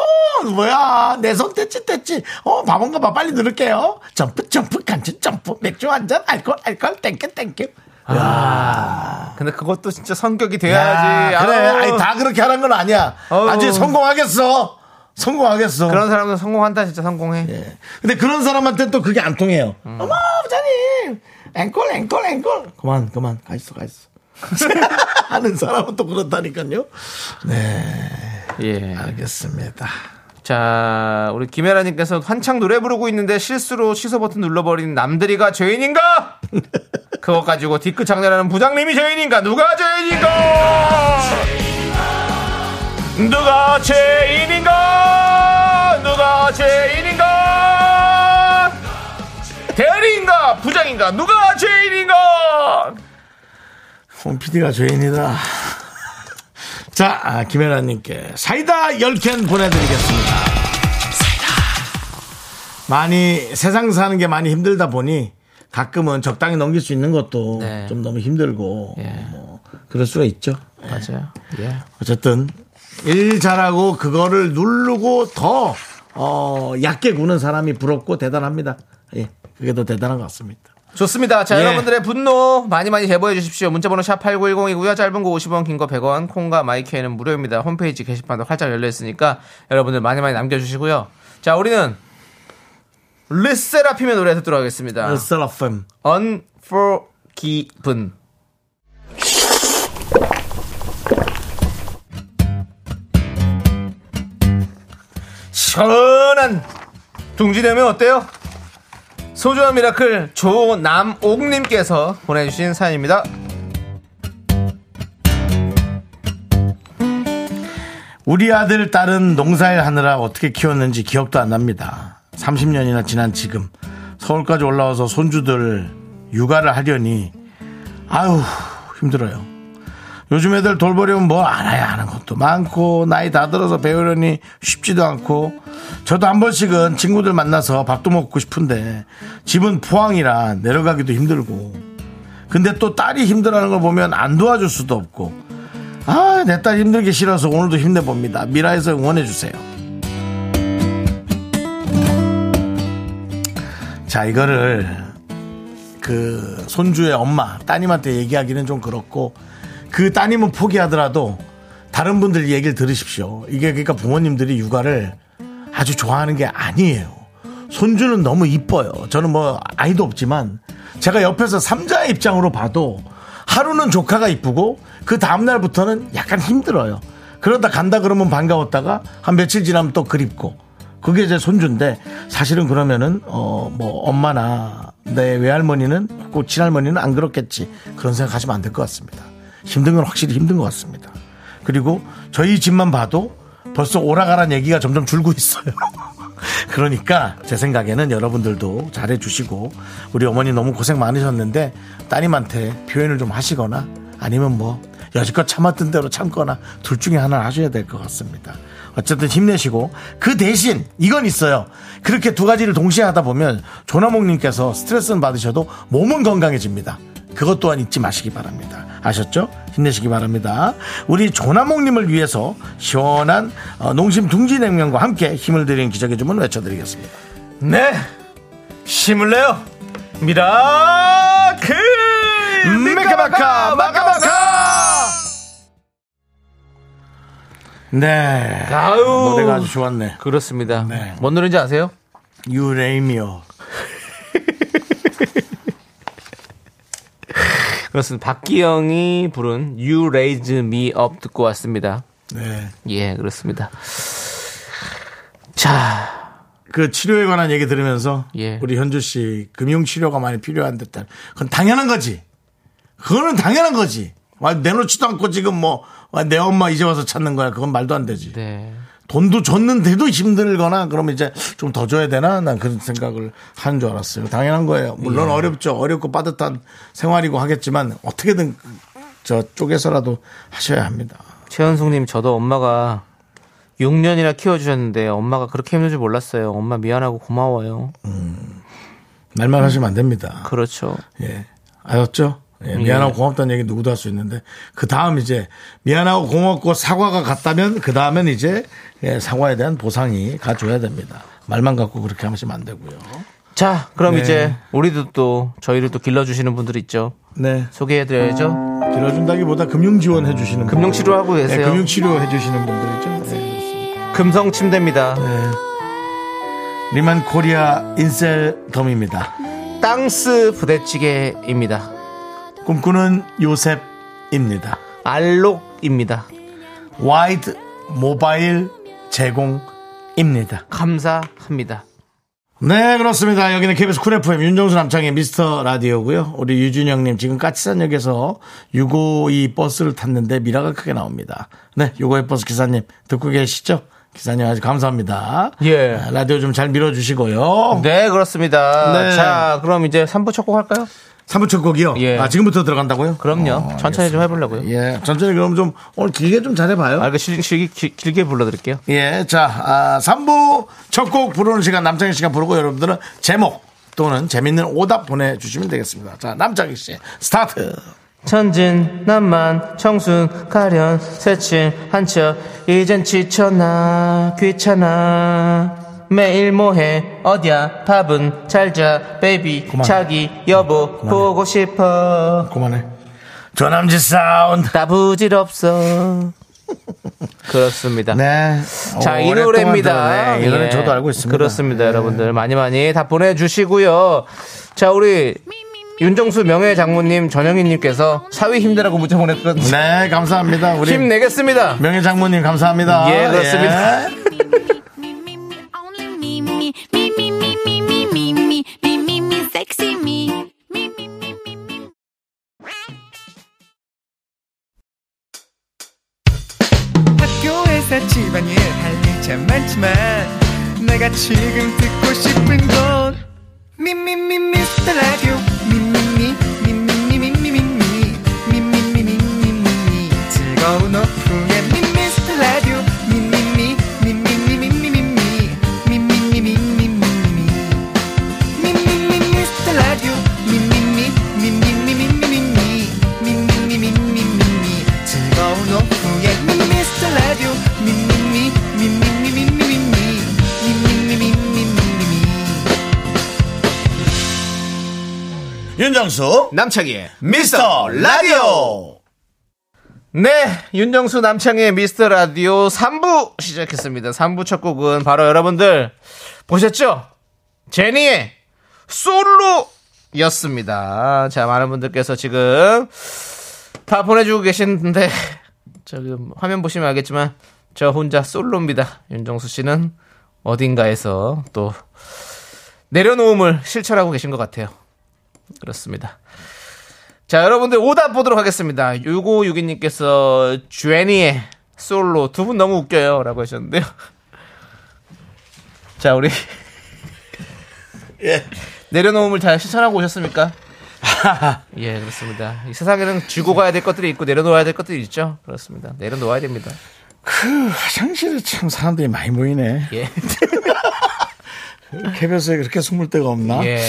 Speaker 1: 뭐야 내 손 뗐지 뗐지. 어 바본가 봐 빨리 누를게요. 점프 점프 간주 점프 맥주 한 잔 알콜 알콜 땡큐 땡큐.
Speaker 2: 근데 그것도 진짜 성격이 돼야지.
Speaker 1: 야, 그래
Speaker 2: 아우,
Speaker 1: 아니 다 그렇게 하는 건 아니야.
Speaker 2: 아우.
Speaker 1: 아직 성공하겠어. 성공하겠어.
Speaker 2: 그런 사람은 성공한다, 진짜 성공해.
Speaker 1: 예. 근데 그런 사람한테 또 그게 안 통해요.
Speaker 2: 음.
Speaker 1: 어머, 부장님! 앵콜, 앵콜, 앵콜! 그만, 그만. 가 있어, 가 있어. 하는 사람은 또 그렇다니까요.
Speaker 2: 예.
Speaker 1: 알겠습니다.
Speaker 2: 자, 우리 김혜라님께서 한창 노래 부르고 있는데 실수로 취소 버튼 눌러버린 남들이가 죄인인가? 그거 가지고 뒤끝 장난하는 부장님이 죄인인가? 누가 죄인인가? 누가 죄인인가? 누가 죄인인가? 대리인가? 부장인가? 누가 죄인인가?
Speaker 1: 홍 PD가 죄인이다. 자, 아, 김혜라님께 사이다 10캔 보내드리겠습니다. 사이다. 많이, 세상 사는 게 많이 힘들다 보니 가끔은 적당히 넘길 수 있는 것도
Speaker 2: 네.
Speaker 1: 좀 너무 힘들고
Speaker 2: 예.
Speaker 1: 뭐 그럴 수가 있죠.
Speaker 2: 맞아요. 예.
Speaker 1: 어쨌든 일 잘하고 그거를 누르고 더 어, 얕게 구는 사람이 부럽고 대단합니다. 예, 그게 더 대단한 것 같습니다.
Speaker 2: 좋습니다. 자,
Speaker 1: 예.
Speaker 2: 여러분들의 분노 많이 많이 제보해 주십시오. 문자번호 샵 8910이고요. 짧은 거 50원, 긴 거 100원, 콩과 마이크에는 무료입니다. 홈페이지 게시판도 활짝 열려있으니까 여러분들 많이 많이 남겨주시고요. 자, 우리는 르세라핌의 노래 듣도록 하겠습니다.
Speaker 1: 셀라팸
Speaker 2: Unforgiven. 시원한 둥지내면 어때요? 소중한 미라클 조남옥님께서 보내주신 사연입니다.
Speaker 1: 우리 아들 딸은 농사일 하느라 어떻게 키웠는지 기억도 안 납니다. 30년이나 지난 지금 서울까지 올라와서 손주들 육아를 하려니 아유 힘들어요. 요즘 애들 돌보려면 뭐 알아야 하는 것도 많고 나이 다 들어서 배우려니 쉽지도 않고 저도 한 번씩은 친구들 만나서 밥도 먹고 싶은데 집은 포항이라 내려가기도 힘들고 근데 또 딸이 힘들어하는 걸 보면 안 도와줄 수도 없고 아 내 딸 힘들기 싫어서 오늘도 힘내봅니다 미라에서 응원해주세요 자 이거를 그 손주의 엄마 따님한테 얘기하기는 좀 그렇고 그 따님은 포기하더라도 다른 분들 얘기를 들으십시오. 이게 그러니까 부모님들이 육아를 아주 좋아하는 게 아니에요. 손주는 너무 이뻐요. 저는 뭐 아이도 없지만 제가 옆에서 삼자의 입장으로 봐도 하루는 조카가 이쁘고 그 다음 날부터는 약간 힘들어요. 그러다 간다 그러면 반가웠다가 한 며칠 지나면 또 그립고 그게 제 손주인데 사실은 그러면은 어 뭐 엄마나 내 외할머니는 꼭 친할머니는 안 그렇겠지 그런 생각하시면 안 될 것 같습니다. 힘든 건 확실히 힘든 것 같습니다. 그리고 저희 집만 봐도 벌써 오라가란 얘기가 점점 줄고 있어요. 그러니까 제 생각에는 여러분들도 잘해주시고 우리 어머니 너무 고생 많으셨는데 따님한테 표현을 좀 하시거나 아니면 뭐 여지껏 참았던 대로 참거나 둘 중에 하나를 하셔야 될 것 같습니다. 어쨌든 힘내시고 그 대신 이건 있어요. 그렇게 두 가지를 동시에 하다 보면 조나몽님께서 스트레스는 받으셔도 몸은 건강해집니다. 그것 또한 잊지 마시기 바랍니다. 아셨죠? 힘내시기 바랍니다. 우리 조나몽님을 위해서 시원한 어, 농심 둥지 냉면과 함께 힘을 드리는 기적의 주문 외쳐드리겠습니다.
Speaker 2: 네, 힘을 내요. 미라클
Speaker 1: 미카마카, 마카마카! 네.
Speaker 2: 아유.
Speaker 1: 노래가 아주 좋았네.
Speaker 2: 그렇습니다.
Speaker 1: 네.
Speaker 2: 뭔 노래인지 아세요?
Speaker 1: 유레이미오.
Speaker 2: 그렇습니다. 박기영이 부른 You Raise Me Up 듣고 왔습니다.
Speaker 1: 네.
Speaker 2: 예, 그렇습니다. 자,
Speaker 1: 그 치료에 관한 얘기 들으면서
Speaker 2: 예.
Speaker 1: 우리 현주 씨 금융 치료가 많이 필요한 듯한 그건 당연한 거지. 그거는 당연한 거지. 와, 내놓지도 않고 지금 뭐 내 엄마 이제 와서 찾는 거야. 그건 말도 안 되지.
Speaker 2: 네.
Speaker 1: 돈도 줬는데도 힘들거나 그러면 이제 좀 더 줘야 되나 난 그런 생각을 하는 줄 알았어요. 당연한 거예요. 물론 어렵죠. 어렵고 빠듯한 생활이고 하겠지만 어떻게든 저 쪽에서라도 하셔야 합니다.
Speaker 2: 최현숙님, 저도 엄마가 6년이나 키워주셨는데 엄마가 그렇게 힘든 줄 몰랐어요. 엄마 미안하고 고마워요.
Speaker 1: 말만 하시면 안 됩니다.
Speaker 2: 그렇죠.
Speaker 1: 예. 알았죠? 예, 미안하고 고맙다는 얘기 누구도 할 수 있는데 그 다음 이제 미안하고 고맙고 사과가 갔다면 그 다음엔 이제 예, 사과에 대한 보상이 가줘야 됩니다. 말만 갖고 그렇게 하시면 안 되고요.
Speaker 2: 자, 그럼
Speaker 1: 네.
Speaker 2: 이제 우리도 또 저희를 또 길러주시는 분들 있죠.
Speaker 1: 네.
Speaker 2: 소개해드려야죠.
Speaker 1: 길어준다기보다 금융 지원해 주시는 네,
Speaker 2: 금융 치료하고 계세요.
Speaker 1: 금융 치료해 주시는 분들이죠. 네.
Speaker 2: 금성 침대입니다.
Speaker 1: 네. 리만 코리아 인셀 덤입니다.
Speaker 2: 땅스 부대찌개입니다.
Speaker 1: 꿈꾸는 요셉입니다.
Speaker 2: 알록입니다.
Speaker 1: 와이드 모바일 제공입니다.
Speaker 2: 감사합니다.
Speaker 1: 네 그렇습니다 여기는 KBS 쿨 FM 윤정수 남창의 미스터 라디오고요 우리 유준영님 지금 까치산역에서 652 버스를 탔는데 미라가 크게 나옵니다 네652 버스 기사님 듣고 계시죠 기사님 아주 감사합니다
Speaker 2: 예.
Speaker 1: 아, 라디오 좀 잘 밀어주시고요
Speaker 2: 네, 그렇습니다.
Speaker 1: 네.
Speaker 2: 자, 그럼 이제 3부 첫 곡 할까요?
Speaker 1: 3부 첫 곡이요
Speaker 2: 예.
Speaker 1: 아 지금부터 들어간다고요?
Speaker 2: 그럼요. 천천히 좀 해보려고요.
Speaker 1: 예 천천히 그럼 좀 오늘 길게 좀 잘해봐요
Speaker 2: 아, 그 실, 실, 길, 길게 불러드릴게요.
Speaker 1: 예, 자, 아, 3부 첫 곡 부르는 시간 남창희 씨가 부르고 여러분들은 제목 또는 재밌는 오답 보내주시면 되겠습니다. 자, 남창희 씨, 스타트.
Speaker 2: 천진 난만 청순 가련 새침 한쳐 이젠 지쳐나 귀찮아 매일 뭐해 어디야 밥은 잘자 베이비
Speaker 1: 그만.
Speaker 2: 자기 여보
Speaker 1: 음,
Speaker 2: 보고 싶어
Speaker 1: 그만해. 조남지 사운드.
Speaker 2: 나 부질없어 그렇습니다
Speaker 1: 네.
Speaker 2: 자, 이
Speaker 1: 오랫동안
Speaker 2: 노래입니다.
Speaker 1: 들었네. 이 노래
Speaker 2: 예.
Speaker 1: 저도 알고 있습니다.
Speaker 2: 그렇습니다,
Speaker 1: 예.
Speaker 2: 여러분들. 많이 많이 다 보내주시고요. 자, 우리 윤정수 명예 장모님, 전영희님께서 사위 힘내라고 문자 보냈거든요.
Speaker 1: 네, 감사합니다. 우리
Speaker 2: 힘내겠습니다.
Speaker 1: 명예 장모님 감사합니다.
Speaker 2: 예, 그렇습니다.
Speaker 1: 예.
Speaker 6: 학교에서 집안일 할 일 참 많지만 내가 지금 듣고 싶은 건 미미미 미스터 라디오 미미미 미미미 미미미 미미미 미미미 즐거운 오후에 미스터 라디오 미미미 미미미 미미미 미미미 미미미
Speaker 1: 윤정수
Speaker 2: 남창희의
Speaker 1: 미스터 라디오.
Speaker 2: 네, 윤정수 남창희의 미스터 라디오 3부 시작했습니다. 3부 첫 곡은 바로 여러분들 보셨죠? 제니의 솔로였습니다. 자, 많은 분들께서 지금 다 보내주고 계시는데 저기 화면 보시면 알겠지만 저 혼자 솔로입니다. 윤정수 씨는 어딘가에서 또 내려놓음을 실천하고 계신 것 같아요. 그렇습니다. 자, 여러분들 오답 보도록 하겠습니다. 6562님께서 주애니의 솔로 두 분 너무 웃겨요. 라고 하셨는데요. 자, 우리.
Speaker 1: 예.
Speaker 2: 내려놓음을 잘 실천하고 오셨습니까? 예, 그렇습니다. 이 세상에는 쥐고 가야 될 것들이 있고 내려놓아야 될 것들이 있죠. 그렇습니다. 내려놓아야 됩니다.
Speaker 1: 그 화장실에 참 사람들이 많이 모이네.
Speaker 2: 예.
Speaker 1: 개별소에 그렇게 숨을 데가 없나?
Speaker 2: 예.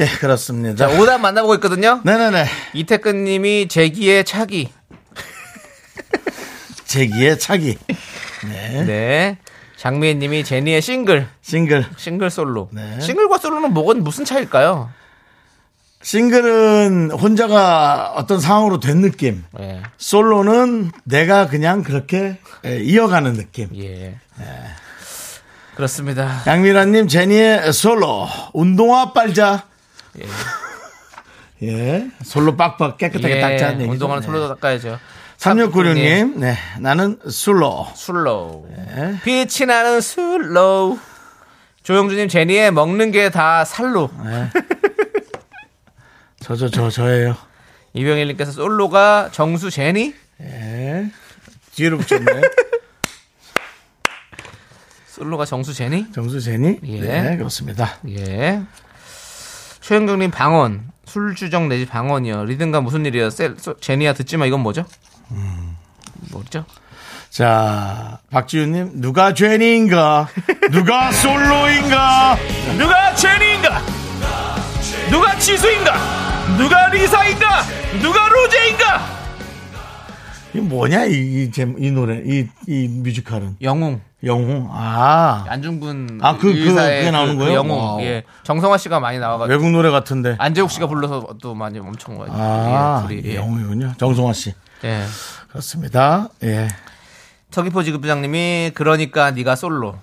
Speaker 1: 예, 그렇습니다.
Speaker 2: 자, 오답 만나보고 있거든요.
Speaker 1: 네네네.
Speaker 2: 이태근 님이 제기의 차기.
Speaker 1: 제기의 차기
Speaker 2: 네. 장미애 님이 제니의 싱글.
Speaker 1: 싱글.
Speaker 2: 싱글 솔로.
Speaker 1: 네.
Speaker 2: 싱글과 솔로는 뭐건 무슨 차일까요?
Speaker 1: 싱글은 혼자가 어떤 상황으로 된 느낌.
Speaker 2: 예.
Speaker 1: 솔로는 내가 그냥 그렇게 예, 이어가는 느낌.
Speaker 2: 예. 그렇습니다.
Speaker 1: 양미라님 제니의 솔로 운동화 빨자. 예. 솔로 빡빡 깨끗하게
Speaker 2: 예,
Speaker 1: 닦자는 얘기죠. 네.
Speaker 2: 운동하는 솔로 닦아야죠.
Speaker 1: 3696님, 네, 나는 솔로.
Speaker 2: 술로우.
Speaker 1: 네.
Speaker 2: 빛이 나는 술로우. 조영주님, 제니의 먹는 게 다 살로.
Speaker 1: 네. 저, 저, 저, 저예요.
Speaker 2: 이병일님께서 솔로가 정수 제니?
Speaker 1: 예. 뒤로 붙였네.
Speaker 2: 솔로가 정수 제니?
Speaker 1: 정수 제니?
Speaker 2: 예.
Speaker 1: 네, 그렇습니다.
Speaker 2: 예. 최영경님 방언. 술주정 내지 방언이요. 리듬과 무슨 일이요? 셀, 소- 제니야 듣지 마. 이건 뭐죠?
Speaker 1: 음.
Speaker 2: 뭐죠?
Speaker 1: 자, 박지윤님, 누가 죄인인가? 누가 솔로인가?
Speaker 4: 누가 제니인가? 누가 지수인가? 누가 리사인가? 누가 로제인가?
Speaker 1: 이 뭐냐, 이, 이, 제- 이 노래, 이, 이 뮤지컬은.
Speaker 2: 영웅.
Speaker 1: 영웅. 아,
Speaker 2: 안중근
Speaker 1: 아, 그- 그-
Speaker 2: 의사의
Speaker 1: 그게 나오는 거예요? 어. 와우.
Speaker 2: 영웅. 예. 정성화 씨가 많이 나와가지고
Speaker 1: 외국 노래 같은데.
Speaker 2: 안재욱 씨가 불러서 또 많이 엄청 와요.
Speaker 1: 아,
Speaker 2: 예, 둘이. 예.
Speaker 1: 영웅이군요. 정성화 씨.
Speaker 2: 예.
Speaker 1: 그렇습니다. 예.
Speaker 2: 서귀포 지급부장님이 그러니까 네가 솔로.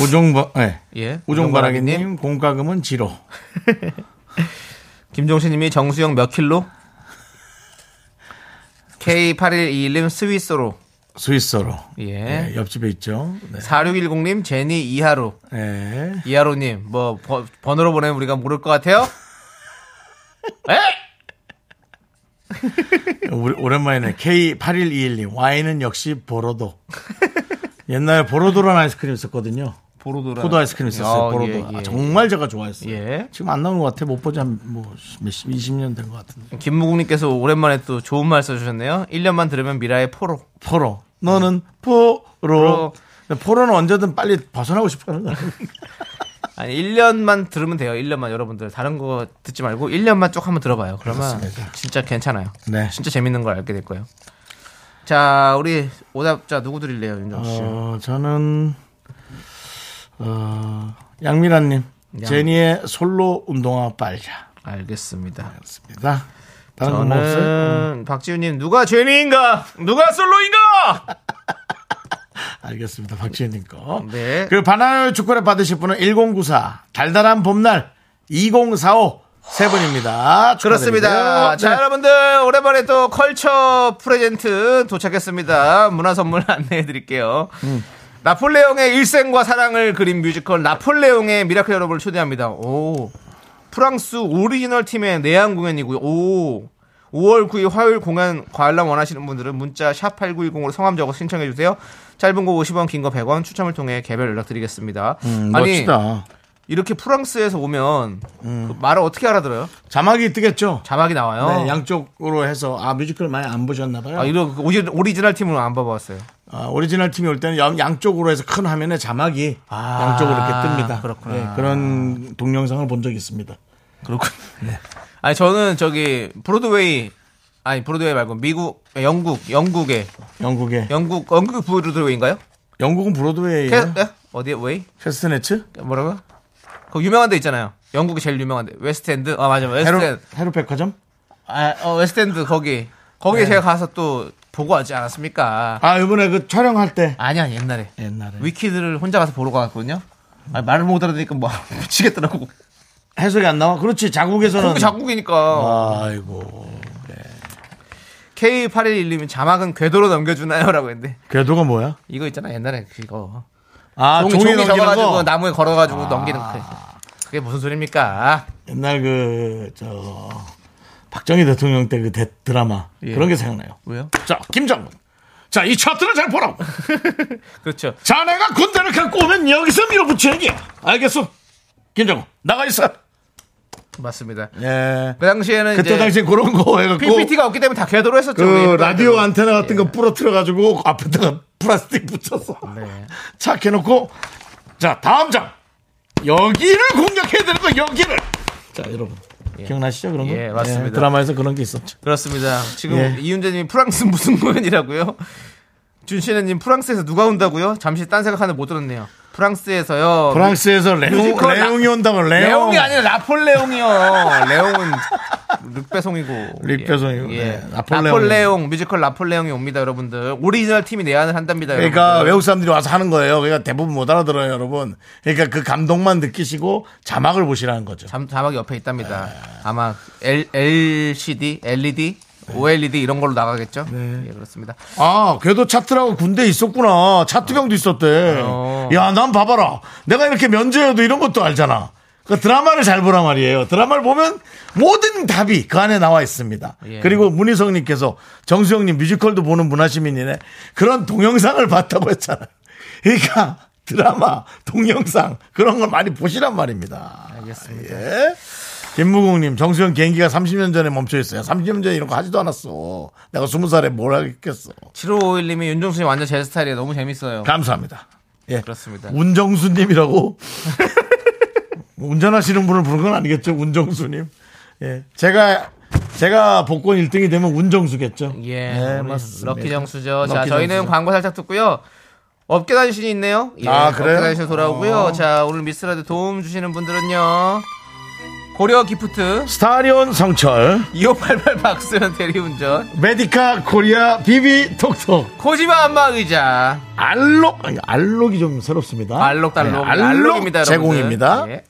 Speaker 1: 우종바, 예.
Speaker 2: 예.
Speaker 1: 우종바라기님, 공과금은 지로.
Speaker 2: 김종신님이 정수영 몇 킬로? K8121님 스위스로.
Speaker 1: 스위스로.
Speaker 2: 예.
Speaker 1: 예, 옆집에 있죠. 네.
Speaker 2: 4610님 제니 이하로
Speaker 1: 예.
Speaker 2: 이하로님 뭐 버- 번호로 보내면 우리가 모를 것 같아요? 에?
Speaker 1: 우리- 오랜만이네. K8121님. 와인은 역시 보로도. 옛날에 보로도라는 아이스크림 있었거든요.
Speaker 2: 보로도라
Speaker 1: 포도 아이스크림 있었어요.
Speaker 2: 어,
Speaker 1: 보로도.
Speaker 2: 예, 예.
Speaker 1: 아, 정말 제가 좋아했어요.
Speaker 2: 예.
Speaker 1: 지금 안 나온 것 같아. 못 보지 한뭐 20년 된 것 같은데.
Speaker 2: 김무국님께서 오랜만에 또 좋은 말 써주셨네요 1년만 들으면 미라의 포로
Speaker 1: 포로. 너는 포로.
Speaker 2: 포로.
Speaker 1: 근데 포로는 언제든 빨리 벗어나고 싶어 하는 거야.
Speaker 2: 아니 1년만 들으면 돼요. 1년만 여러분들 다른 거 듣지 말고 1년만 쭉 한번 들어봐요. 그러면
Speaker 1: 그렇습니다.
Speaker 2: 진짜 괜찮아요.
Speaker 1: 네.
Speaker 2: 진짜 재밌는 걸 알게 될 거예요. 자, 우리 오답자 누구 드릴래요, 윤정 씨?
Speaker 1: 어, 저는 어, 양미란님 제니의 솔로 운동화 빨자.
Speaker 2: 알겠습니다.
Speaker 1: 그렇습니다. 다른 건뭐 없어요?
Speaker 2: 저는 박지훈님 누가 죄인인가? 누가 솔로인가?
Speaker 1: 알겠습니다. 박지현님 거.
Speaker 2: 네.
Speaker 1: 그리고 바나나 축구를 받으실 분은 1094 달달한 봄날 2045 세 분입니다. 축하드리고요.
Speaker 2: 그렇습니다. 자,
Speaker 1: 네.
Speaker 2: 여러분들, 오랜만에 또 컬처 프레젠트 도착했습니다. 문화 선물 안내해 드릴게요.
Speaker 1: 음.
Speaker 2: 나폴레옹의 일생과 사랑을 그린 뮤지컬 나폴레옹의 미라클 여러분을 초대합니다. 오. 프랑스 오리지널 팀의 내한 공연이고요. 오. 5월 9일 화요일 공연 관람 원하시는 분들은 문자 샵 8910으로 성함 적어 신청해 주세요. 짧은 거 50원, 긴 거 100원 추첨을 통해 개별 연락 드리겠습니다.
Speaker 1: 음,
Speaker 2: 아니,
Speaker 1: 멋지다. 음.
Speaker 2: 이렇게 프랑스에서 오면 그 말을 어떻게 알아들어요?
Speaker 1: 자막이 뜨겠죠?
Speaker 2: 자막이 나와요.
Speaker 1: 네, 양쪽으로 해서 아 뮤지컬 많이 안 보셨나 봐요.
Speaker 2: 어. 아, 이런 그 오리, 오리지널 팀으로 안 봐봤어요.
Speaker 1: 아, 오리지널 팀이 올 때는 양, 양쪽으로 해서 큰 화면에 자막이 양쪽으로 이렇게 뜹니다.
Speaker 2: 아,
Speaker 1: 네,
Speaker 2: 그렇구나.
Speaker 1: 그런 동영상을 본 적이 있습니다.
Speaker 2: 그렇군. 네. 아니 저는 저기 브로드웨이 아니 브로드웨이 말고 미국 영국 영국의
Speaker 1: 영국에
Speaker 2: 영국 영국 브로드웨이인가요?
Speaker 1: 영국은 브로드웨이
Speaker 2: 캐- 예? 어디에 웨이?
Speaker 1: 캐스트네츠
Speaker 2: 뭐라고? 그 유명한 데 있잖아요. 영국이 제일 유명한 데 웨스트엔드. 아 맞아
Speaker 1: 헤로
Speaker 2: 웨스트엔드.
Speaker 1: 헤로 백화점.
Speaker 2: 아, 어, 웨스트엔드 거기 거기 에 제가 가서 또 보고 하지 않았습니까? 예.
Speaker 1: 아 이번에 그 촬영할 때
Speaker 2: 아니야 옛날에
Speaker 1: 옛날에
Speaker 2: 위키드를 혼자 가서 보러 갔거든요. 아 말을 못 알아듣니까 뭐 미치겠더라고.
Speaker 1: 해석이 안 나와. 그렇지 자국에서는
Speaker 2: 거기 자국이니까.
Speaker 1: 아이고
Speaker 2: K8111님이 자막은 궤도로 넘겨주나요? 라고 했는데
Speaker 1: 궤도가 뭐야?
Speaker 2: 이거 있잖아 옛날에 그거
Speaker 1: 아
Speaker 2: 종이,
Speaker 1: 종이,
Speaker 2: 종이
Speaker 1: 넘기는
Speaker 2: 접어가지고
Speaker 1: 거. 아.
Speaker 2: 나무에 걸어가지고 넘기는 그 그게 무슨 소리입니까?
Speaker 1: 옛날 그 저 박정희 대통령 때 그 드라마
Speaker 2: 예.
Speaker 1: 그런 게 생각나요.
Speaker 2: 왜요?
Speaker 1: 자 김정은 자 이 차트를 잘 보라고.
Speaker 2: 그렇죠
Speaker 1: 자네가 군대를 갖고 오면 여기서 밀어붙이는 게 알겠어? 김정은 나가 있어.
Speaker 2: 맞습니다
Speaker 1: 예.
Speaker 2: 그 당시에는
Speaker 1: 그때
Speaker 2: 이제
Speaker 1: 당시 그런 거 해갖고
Speaker 2: PPT가 없기 때문에 다 궤도로 했었죠
Speaker 1: 그
Speaker 2: 우리.
Speaker 1: 라디오 안테나 같은 거 부러뜨려가지고 앞에다가 플라스틱 붙여서
Speaker 2: 네.
Speaker 1: 착 해놓고 자 다음 장 여기를 공격해야 되는 거 여기를 자 여러분 기억나시죠 그런 거?
Speaker 2: 예, 맞습니다.
Speaker 1: 드라마에서 그런 게 있었죠.
Speaker 2: 그렇습니다 지금
Speaker 1: 예.
Speaker 2: 이윤재님이 프랑스 무슨 공연이라고요? 준신혜님 프랑스에서 누가 온다고요? 잠시 딴 생각하는데 못 들었네요 프랑스에서요
Speaker 1: 프랑스에서 레옹,
Speaker 2: 뮤지컬 라-
Speaker 1: 레옹이 온다고 레옹.
Speaker 2: 레옹이 아니라 나폴레옹이요. 레옹은 릭배송이고.
Speaker 1: 릭배송이고,
Speaker 2: 예.
Speaker 1: 네. 나폴레옹.
Speaker 2: 나폴레옹. 뮤지컬 나폴레옹이 옵니다, 여러분들. 오리지널 팀이 내한을 한답니다,
Speaker 1: 그러니까
Speaker 2: 여러분들. 네.
Speaker 1: 외국 사람들이 와서 하는 거예요. 그러니까 대부분 못 알아들어요, 여러분. 그러니까 그 감동만 느끼시고 자막을 보시라는 거죠.
Speaker 2: 잠, 자막이 옆에 있답니다. 아마 L, LCD, LED, OLED E 이런 걸로 나가겠죠? 네. 예, 그렇습니다.
Speaker 1: 아, 궤도 차트라고 군대 에 있었구나. 차트병도 있었대.
Speaker 2: 어.
Speaker 1: 야, 난 봐봐라. 내가 이렇게 면제해도 이런 것도 알잖아. 그 드라마를 잘 보란 말이에요. 드라마를 보면 모든 답이 그 안에 나와 있습니다.
Speaker 2: 예.
Speaker 1: 그리고 문희성님께서 정수영님 뮤지컬도 보는 문화시민이네. 그런 동영상을 봤다고 했잖아요. 그러니까 드라마, 동영상 그런 걸 많이 보시란 말입니다.
Speaker 2: 알겠습니다.
Speaker 1: 예. 김무국님, 정수영 개인기가 30년 전에 멈춰 있어요. 30년 전에 이런 거 하지도 않았어. 내가 20살에 뭘 하겠겠어.
Speaker 2: 7551님이 윤종수님 완전 제 스타일이에요. 너무 재밌어요.
Speaker 1: 감사합니다. 예.
Speaker 2: 그렇습니다.
Speaker 1: 운정수님이라고 운전하시는 분을 부른 건 아니겠죠? 운정수님. 예. 제가 제가 복권 1등이 되면 운정수겠죠.
Speaker 2: 예,
Speaker 1: 네,
Speaker 2: 우리
Speaker 1: 맞습니다.
Speaker 2: 럭키 정수죠. 자,
Speaker 1: 럭키
Speaker 2: 저희는
Speaker 1: 정수죠.
Speaker 2: 광고 살짝 듣고요. 업계 단신이 있네요. 예,
Speaker 1: 아, 그래요?
Speaker 2: 업계 단신 돌아오고요.
Speaker 1: 어.
Speaker 2: 자, 오늘 미스라드 도움 주시는 분들은요. 고려 기프트,
Speaker 1: 스타리온 성철,
Speaker 2: 2588 박수현 대리운전,
Speaker 1: 메디카 코리아 비비 톡톡,
Speaker 2: 코지마 안마 의자,
Speaker 1: 알록 아니, 알록이 좀 새롭습니다.
Speaker 2: 알록달록,
Speaker 1: 예, 알록
Speaker 2: 알록입니다. 여러분들.
Speaker 1: 제공입니다.
Speaker 2: 예.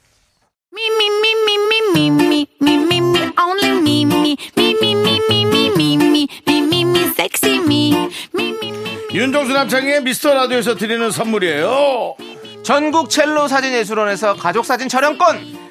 Speaker 3: Me, me, me, me, me, me, me, me, me, me, only me, me, me, me, me, me, me, me, me, me, me, me, sexy me, me, me, me.
Speaker 1: 윤종수 남창의 미스터 라디오에서 드리는 선물이에요.
Speaker 2: 전국 첼로 사진예술원에서 가족사진 촬영권,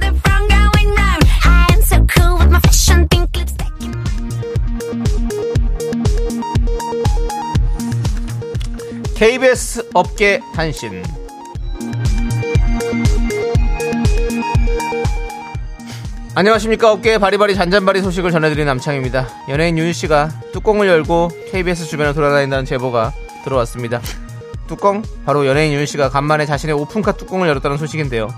Speaker 3: front going round.
Speaker 2: KBS 업계 단신. 안녕하십니까 업계의 바리바리 잔잔바리 소식을 전해드린 남창입니다. 연예인 윤 씨가 뚜껑을 열고 KBS 주변을 돌아다닌다는 제보가 들어왔습니다. 뚜껑 바로 연예인 윤 씨가 간만에 자신의 오픈카 뚜껑을 열었다는 소식인데요.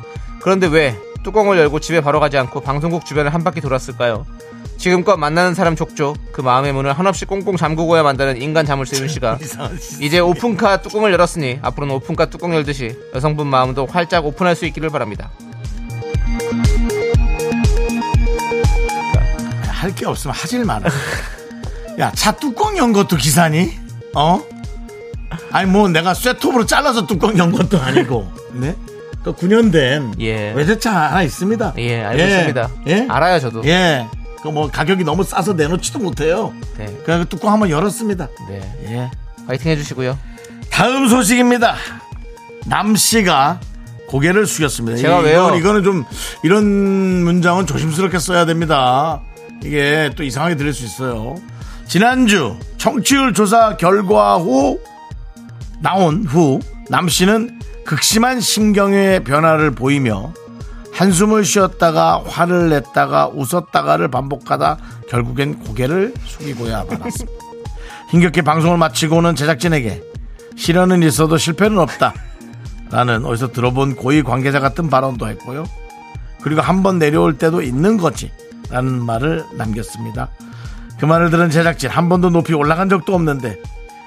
Speaker 2: 그런데 왜 뚜껑을 열고 집에 바로 가지 않고 방송국 주변을 한 바퀴 돌았을까요? 지금껏 만나는 사람 족족 그 마음의 문을 한없이 꽁꽁 잠그고야 만드는 인간 자물쇠 윤 씨가 이제 오픈카 뚜껑을 열었으니 앞으로는 오픈카 뚜껑 열듯이 여성분 마음도 활짝 오픈할 수 있기를 바랍니다.
Speaker 1: 할 게 없으면 하질 마라. 야, 차 뚜껑 연 것도 기사니? 어? 아니, 뭐 내가 쇠톱으로 잘라서 뚜껑 연 것도 아니고. 네? 그 9년 된
Speaker 2: 예.
Speaker 1: 외제차 하나 있습니다.
Speaker 2: 예, 알고 있습니다.
Speaker 1: 예?
Speaker 2: 알아요, 저도.
Speaker 1: 예. 그 뭐 가격이 너무 싸서 내놓지도 못해요.
Speaker 2: 네.
Speaker 1: 그래서 뚜껑 한번 열었습니다.
Speaker 2: 네.
Speaker 1: 예.
Speaker 2: 파이팅 해주시고요.
Speaker 1: 다음 소식입니다. 남 씨가 고개를 숙였습니다.
Speaker 2: 제가
Speaker 1: 이건-
Speaker 2: 왜요?
Speaker 1: 이거는 좀 이런 문장은 조심스럽게 써야 됩니다. 이게 또 이상하게 들릴 수 있어요. 지난주 청취율 조사 결과 후 나온 후 남 씨는 극심한 신경의 변화를 보이며 한숨을 쉬었다가 화를 냈다가 웃었다가를 반복하다 결국엔 고개를 숙이고야 말았습니다. 힘겹게 방송을 마치고는 제작진에게 실현은 있어도 실패는 없다. 라는 어디서 들어본 고위 관계자 같은 발언도 했고요. 그리고 한 번 내려올 때도 있는 거지. 라는 말을 남겼습니다. 그 말을 들은 제작진 한 번도 높이 올라간 적도 없는데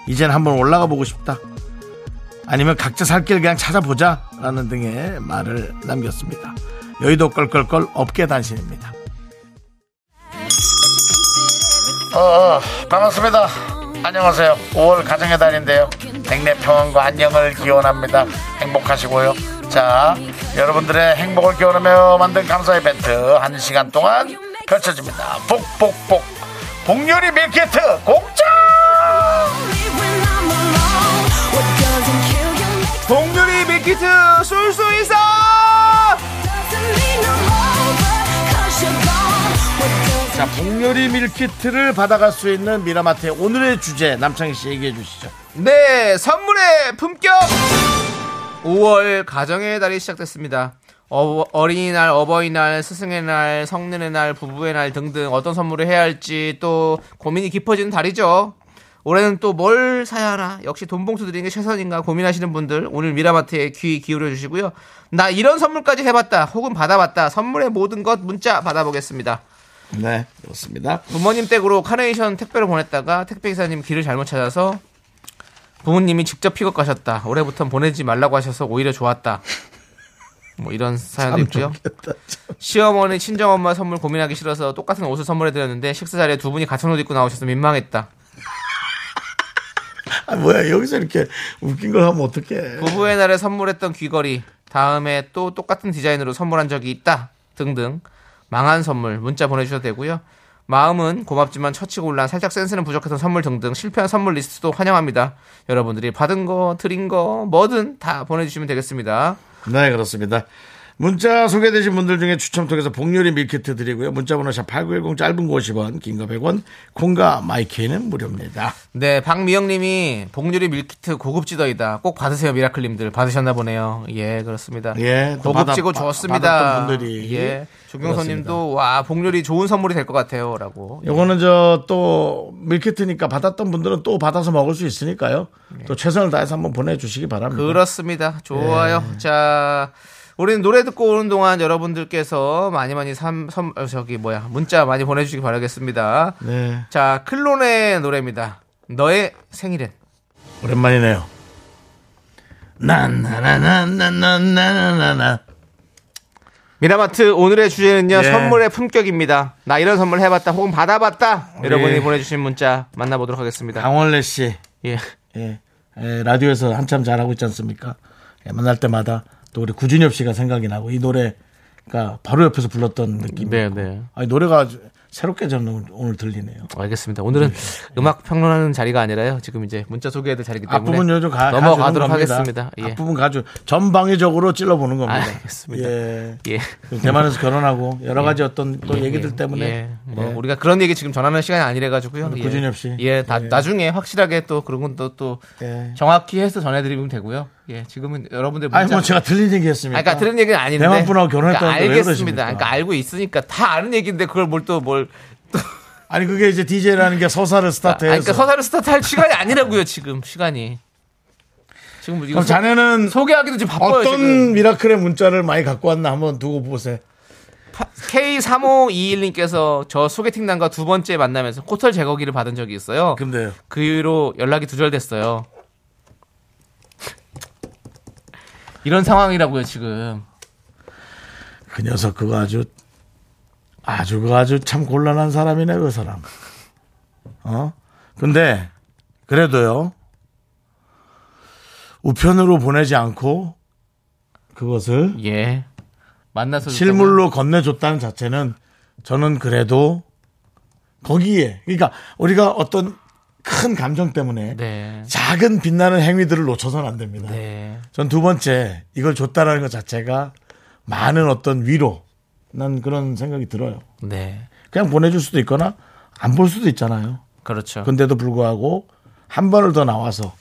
Speaker 1: 이젠 한번 올라가 보고 싶다. 아니면 각자 살 길 그냥 찾아보자. 라는 등의 말을 남겼습니다. 여의도 껄껄껄 업계 단신입니다. 어, 반갑습니다. 안녕하세요. 5월 가정의 달인데요. 백내 평안과 안녕을 기원합니다. 행복하시고요. 자, 여러분들의 행복을 기원하며 만든 감사 이벤트 한 시간 동안 펼쳐집니다. 복복복 복요리 밀키트 공짜!
Speaker 2: 동료리 밀키트 쏠수 있어!
Speaker 1: 아! 자, 복요리 밀키트를 받아갈 수 있는 미라마트의 오늘의 주제 남창희 씨 얘기해 주시죠.
Speaker 2: 네, 선물의 품격! 5월 가정의 달이 시작됐습니다. 어, 린이날 어버이날, 스승의 날, 성년의 날, 부부의 날 등등 어떤 선물을 해야 할지 또 고민이 깊어지는 달이죠. 올해는 또 뭘 사야 하나? 역시 돈 봉투 드리는 게 최선인가 고민하시는 분들 오늘 미라마트에 귀 기울여 주시고요. 나 이런 선물까지 해봤다 혹은 받아봤다 선물의 모든 것 문자 받아보겠습니다.
Speaker 1: 네, 그렇습니다.
Speaker 2: 부모님 댁으로 카네이션 택배를 보냈다가 택배 기사님 길을 잘못 찾아서 부모님이 직접 픽업 가셨다. 올해부터 보내지 말라고 하셔서 오히려 좋았다. 뭐 이런 사연도 있고요. 시어머니 친정엄마 선물 고민하기 싫어서 똑같은 옷을 선물해 드렸는데 식사 자리에 두 분이 같은 옷 입고 나오셔서 민망했다.
Speaker 1: 아, 뭐야, 여기서 이렇게 웃긴 걸 하면 어떡해.
Speaker 2: 부부의 날에 선물했던 귀걸이 다음에 또 똑같은 디자인으로 선물한 적이 있다 등등 망한 선물 문자 보내주셔도 되고요 마음은 고맙지만 처치고 올라 살짝 센스는 부족했던 선물 등등 실패한 선물 리스트도 환영합니다 여러분들이 받은 거 드린 거 뭐든 다 보내주시면 되겠습니다
Speaker 1: 네, 그렇습니다. 문자 소개되신 분들 중에 추첨 통해서 복요리 밀키트 드리고요. 문자번호 샵8910 짧은 거 50원, 긴 거 100원, 콩과 마이케이는 무료입니다.
Speaker 2: 네 박미영님이 복유리 밀키트 고급지더이다 꼭 받으세요 미라클님들 받으셨나 보네요 예 그렇습니다
Speaker 1: 예, 또
Speaker 2: 고급지고
Speaker 1: 받아- 받-
Speaker 2: 좋습니다
Speaker 1: 받았던 분들이
Speaker 2: 예 조경선님도 와 복유리 좋은 선물이 될 것 같아요라고
Speaker 1: 요거는 저 또 밀키트니까 받았던 분들은 또 받아서 먹을 수 있으니까요. 또 최선을 다해서 한번 보내주시기 바랍니다.
Speaker 2: 그렇습니다. 좋아요. 자, 우리는 노래 듣고 오는 동안 여러분들께서 많이 많이 삼, 섬, 어, 저기 뭐야 문자 많이 보내주시기 바라겠습니다.
Speaker 1: 네.
Speaker 2: 자, 클론의 노래입니다. 너의 생일엔.
Speaker 1: 오랜만이네요. 나나나나나나나나.
Speaker 2: 미라마트 오늘의 주제는요
Speaker 1: 예.
Speaker 2: 선물의 품격입니다. 나 이런 선물 해봤다 혹은 받아봤다
Speaker 1: 우리-
Speaker 2: 여러분이 보내주신 문자 만나보도록 하겠습니다.
Speaker 1: 강원래 씨.
Speaker 2: 예.
Speaker 1: 예, 예, 라디오에서 한참 잘하고 있지 않습니까? 예, 만날 때마다 또 우리 구준엽 씨가 생각이 나고 이 노래가 바로 옆에서 그러니까 불렀던 느낌.
Speaker 2: 네, 네.
Speaker 1: 아니 노래가 아주 새롭게 저는 오늘, 오늘 들리네요.
Speaker 2: 알겠습니다. 오늘은 음악 평론하는 자리가 아니라요. 지금 이제 문자 소개해야 될 자리이기 때문에
Speaker 1: 앞부분 요즘 가, 가져오는
Speaker 2: 넘어가도록
Speaker 1: 겁니다.
Speaker 2: 하겠습니다. 예.
Speaker 1: 앞부분 가져 전방위적으로 찔러보는 겁니다.
Speaker 2: 알겠습니다.
Speaker 1: 예.
Speaker 2: 예.
Speaker 1: 대만에서 결혼하고 여러 가지 어떤 또그 얘기들 때문에
Speaker 2: 예. 뭐
Speaker 1: 예.
Speaker 2: 우리가 그런 얘기 지금 전하는 시간이 아니래 가지고요.
Speaker 1: 우리 구준엽 씨.
Speaker 2: 예, 다-
Speaker 1: 예.
Speaker 2: 나중에 확실하게 또 그런 건 또 또
Speaker 1: 예.
Speaker 2: 정확히 해서 전해드리면 되고요. 예, 지금은 여러분들 문자.
Speaker 1: 아니 뭐 제가 들린 얘기였습니까?
Speaker 2: 아니, 그러니까 들은 얘기는 아닌데.
Speaker 1: 대만 분하고 결혼했다는데
Speaker 2: 그러니까
Speaker 1: 왜
Speaker 2: 알겠습니다.
Speaker 1: 그러십니까?
Speaker 2: 그러니까 알고 있으니까 다 아는 얘기인데 그걸 뭘 또 뭘. 또
Speaker 1: 아니 그게 이제 DJ라는 게 서사를
Speaker 2: 아,
Speaker 1: 스타트해서
Speaker 2: 그러니까 서사를 스타트할 시간이 아니라고요 지금 시간이. 지금 이거
Speaker 1: 그럼
Speaker 2: 소-
Speaker 1: 자네는
Speaker 2: 소개하기도 지금 바빠요
Speaker 1: 어떤
Speaker 2: 지금.
Speaker 1: 미라클의 문자를 많이 갖고 왔나 한번 두고 보세요.
Speaker 2: K3521님께서 저 소개팅 남과 두 번째 만남에서 코털 제거기를 받은 적이 있어요.
Speaker 1: 근데요.
Speaker 2: 그 이후로 연락이 두절됐어요. 이런 상황이라고요 지금.
Speaker 1: 그 녀석 그거 아주 아주 그 아주 참 곤란한 사람이네 그 사람. 어? 근데 그래도요 우편으로 보내지 않고 그것을
Speaker 2: 예. 만나서
Speaker 1: 실물로 건네줬다는 자체는 저는 그래도 거기에 그러니까 우리가 어떤 큰 감정 때문에
Speaker 2: 네.
Speaker 1: 작은 빛나는 행위들을 놓쳐서는 안 됩니다.
Speaker 2: 네.
Speaker 1: 전 두 번째 이걸 줬다라는 것 자체가 많은 어떤 위로 난 그런 생각이 들어요.
Speaker 2: 네.
Speaker 1: 그냥 보내줄 수도 있거나 안 볼 수도 있잖아요.
Speaker 2: 그렇죠.
Speaker 1: 근데도 불구하고 한 번을 더 나와서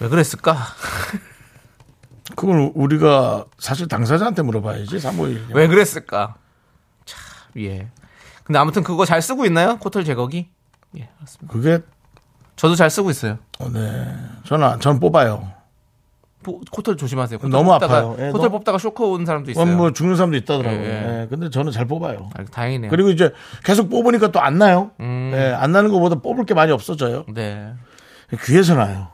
Speaker 2: 왜 그랬을까?
Speaker 1: 그걸 우리가 사실 당사자한테 물어봐야지 사모일.
Speaker 2: 왜 그랬을까? 참, 예. 근데 아무튼 그거 잘 쓰고 있나요? 코털 제거기? 예, 그렇습니다.
Speaker 1: 그게
Speaker 2: 저도 잘 쓰고 있어요.
Speaker 1: 어, 네. 저는 전 뽑아요.
Speaker 2: 포- 코털 조심하세요. 코털
Speaker 1: 너무
Speaker 2: 뽑다가,
Speaker 1: 아파요. 예,
Speaker 2: 코털
Speaker 1: 너무-
Speaker 2: 뽑다가 쇼크 온 사람도 있어요.
Speaker 1: 그건 뭐 죽는 사람도 있다더라고요.
Speaker 2: 예,
Speaker 1: 예,
Speaker 2: 예.
Speaker 1: 근데 저는 잘 뽑아요.
Speaker 2: 아, 음. 다행이네요.
Speaker 1: 그리고 이제 계속 뽑으니까 또 안 나요. 예, 안 나는 것보다 뽑을 게 많이 없어져요.
Speaker 2: 네.
Speaker 1: 귀에서 나요.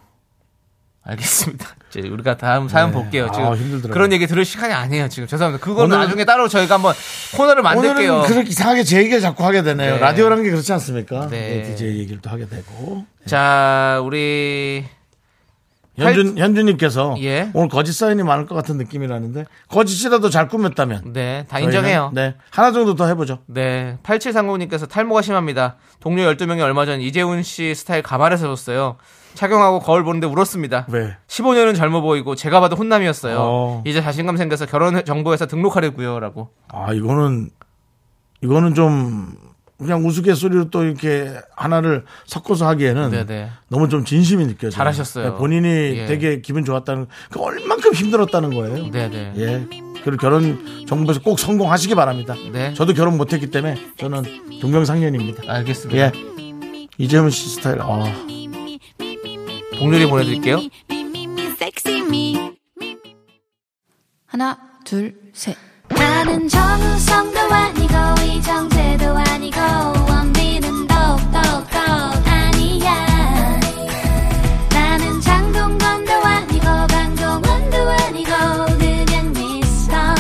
Speaker 2: 알겠습니다. 이제 우리가 다음 사연 볼게요.
Speaker 1: 아,
Speaker 2: 지금
Speaker 1: 힘들더라고요.
Speaker 2: 그런 얘기 들을 시간이 아니에요. 지금 죄송합니다. 그거는
Speaker 1: 오늘은-
Speaker 2: 나중에 따로 저희가 한번 코너를 만들게요.
Speaker 1: 오늘은 그렇게 이상하게 제 얘기를 자꾸 하게 되네요.
Speaker 2: 네.
Speaker 1: 라디오라는 게 그렇지 않습니까? 네.
Speaker 2: 네.
Speaker 1: DJ 얘기를 또 하게 되고.
Speaker 2: 자, 우리
Speaker 1: 현준, 현준님께서
Speaker 2: 예.
Speaker 1: 오늘 거짓 사연이 많을 것 같은 느낌이라는데 거짓이라도 잘 꾸몄다면.
Speaker 2: 네, 다 인정해요.
Speaker 1: 저희는, 네. 하나 정도 더 해보죠.
Speaker 2: 네, 8730님께서 탈모가 심합니다. 동료 12명이 얼마 전 이재훈 씨 스타일 가발을 사줬어요. 착용하고 거울 보는데 울었습니다.
Speaker 1: 왜?
Speaker 2: 15년은 젊어 보이고 제가 봐도 혼남이었어요.
Speaker 1: 어.
Speaker 2: 이제 자신감 생겨서 결혼 정보회사 등록하려고요라고.
Speaker 1: 아, 이거는, 이거는 좀 그냥 우스갯소리로 또 이렇게 하나를 섞어서 하기에는
Speaker 2: 네네.
Speaker 1: 너무 좀 진심이 느껴져요.
Speaker 2: 잘하셨어요.
Speaker 1: 네, 본인이
Speaker 2: 예.
Speaker 1: 되게 기분 좋았다는 그 얼만큼 힘들었다는 거예요.
Speaker 2: 네네.
Speaker 1: 예. 그리고 결혼 정부에서 꼭 성공하시기 바랍니다.
Speaker 2: 네.
Speaker 1: 저도 결혼 못했기 때문에 저는 동명상련입니다.
Speaker 2: 알겠습니다.
Speaker 1: 예. 이재훈 씨 스타일. 아.
Speaker 2: 동료리 보내드릴게요.
Speaker 3: 섹시 미
Speaker 7: 하나, 둘, 셋.
Speaker 8: 나는 정우성도 아니고 이정재도 아니고 원빈은 더욱더 아니야 나는 장동건도 아니고 강동원도 아니고 그냥 미스터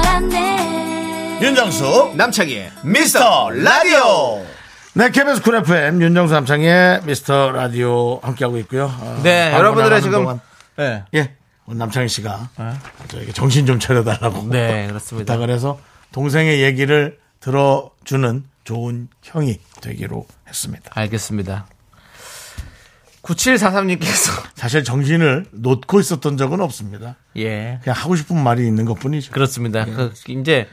Speaker 8: 미스터란데
Speaker 1: 윤정수 남창희의 미스터 라디오 네 KBS 쿨 FM 윤정수 남창희의 미스터 라디오 함께하고 있고요 어,
Speaker 2: 네,
Speaker 1: 방송
Speaker 2: 여러분들의
Speaker 1: 나가는
Speaker 2: 지금 네.
Speaker 1: 동안, 예 오늘 남창희 씨가 저에게 정신 좀 차려달라고
Speaker 2: 네, 그렇습니다.
Speaker 1: 부탁을 해서 동생의 얘기를 들어주는 좋은 형이 되기로 했습니다
Speaker 2: 알겠습니다. 9743님께서
Speaker 1: 사실 정신을 놓고 있었던 적은 없습니다
Speaker 2: 예.
Speaker 1: 그냥 하고 싶은 말이 있는 것뿐이죠
Speaker 2: 그렇습니다.
Speaker 1: 예.
Speaker 2: 그 이제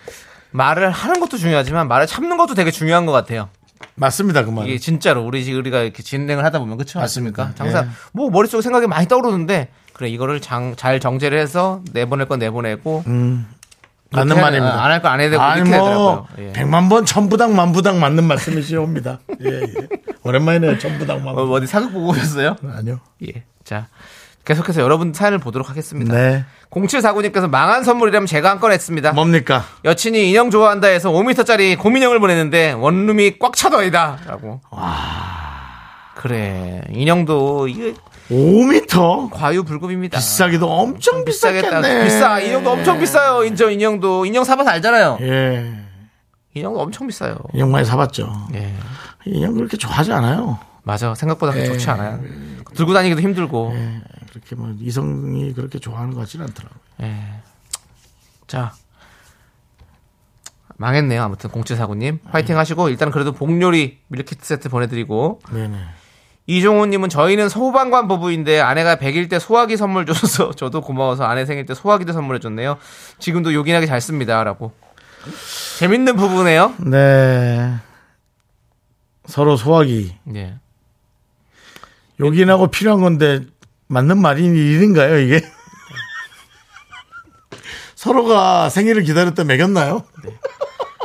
Speaker 2: 말을 하는 것도 중요하지만 말을 참는 것도 되게 중요한 것 같아요.
Speaker 1: 맞습니다 그 말은
Speaker 2: 이게 진짜로 우리 지- 우리가 이렇게 진행을 하다 보면 그렇죠.
Speaker 1: 맞습니다.
Speaker 2: 항상
Speaker 1: 예.
Speaker 2: 뭐 머릿속에 생각이 많이 떠오르는데 그래 이거를 장, 잘 정제를 해서 내보낼 건 내보내고
Speaker 1: 음. 맞는
Speaker 2: 그렇게
Speaker 1: 말입니다.
Speaker 2: 안 할 거 안 해야 되고
Speaker 1: 아니
Speaker 2: 이렇게
Speaker 1: 뭐
Speaker 2: 되더라고요. 예.
Speaker 1: 백만 번 천부당 만부당 맞는 말씀이시옵니다. 예, 예. 오랜만이네요. 천부당
Speaker 2: 어,
Speaker 1: 만부당.
Speaker 2: 어디 사극 보고 오셨어요?
Speaker 1: 아니요.
Speaker 2: 예. 자 계속해서 여러분 사연을 보도록 하겠습니다.
Speaker 1: 네. 뭐?
Speaker 2: 0749님께서 망한 선물이라면 제가 한 건 했습니다.
Speaker 1: 뭡니까?
Speaker 2: 여친이 인형 좋아한다 해서 5m짜리 곰인형을 보냈는데 원룸이 꽉 차더이다 라고 그래 인형도 이게
Speaker 1: 5미터?
Speaker 2: 과유불급입니다
Speaker 1: 비싸기도 엄청
Speaker 2: 비싸겠다
Speaker 1: 비싸겠네.
Speaker 2: 비싸 인형도 엄청 비싸요 인정 인형도 인형 사봐서 알잖아요
Speaker 1: 예.
Speaker 2: 인형도 엄청 비싸요
Speaker 1: 인형 많이 사봤죠.
Speaker 2: 예
Speaker 1: 인형 그렇게 좋아하지 않아요.
Speaker 2: 맞아 생각보다 그렇게 좋지 않아요 들고 다니기도 힘들고
Speaker 1: 예. 그렇게 뭐 이성이 그렇게 좋아하는 것 같지는 않더라고요.
Speaker 2: 자 망했네요. 아무튼 0749님 화이팅
Speaker 1: 음.
Speaker 2: 하시고 일단 그래도 복요리 밀키트 세트 보내드리고
Speaker 1: 네네.
Speaker 2: 이종호님은 저희는 소방관 부부인데 아내가 100일 때 소화기 선물 줘서 저도 고마워서 아내 생일 때 소화기도 선물해줬네요. 지금도 요긴하게 잘 씁니다라고 재밌는 부부네요.
Speaker 1: 네. 서로 소화기.
Speaker 2: 예.
Speaker 1: 요긴하고 필요한 건데 맞는 말이 일인가요 이게? 서로가 생일을 기다렸다 매겼나요?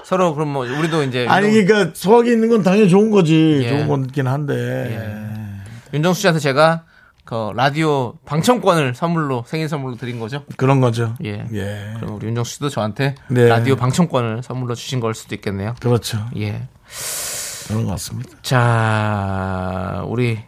Speaker 2: 서로 그럼 뭐 우리도 이제
Speaker 1: 아니
Speaker 2: 윤정,
Speaker 1: 그러니까 소화기 있는 건 당연히 좋은 거지
Speaker 2: 예.
Speaker 1: 좋은 거긴 한데
Speaker 2: 윤정수 씨한테 제가 그 라디오 방청권을 선물로 생일 선물로 드린 거죠.
Speaker 1: 그런 거죠.
Speaker 2: 예.
Speaker 1: 예.
Speaker 2: 그럼 우리 윤정수 씨도 저한테
Speaker 1: 네.
Speaker 2: 라디오 방청권을 선물로 주신 걸 수도 있겠네요.
Speaker 1: 그렇죠.
Speaker 2: 예.
Speaker 1: 그런 것 같습니다.
Speaker 2: 자, 우리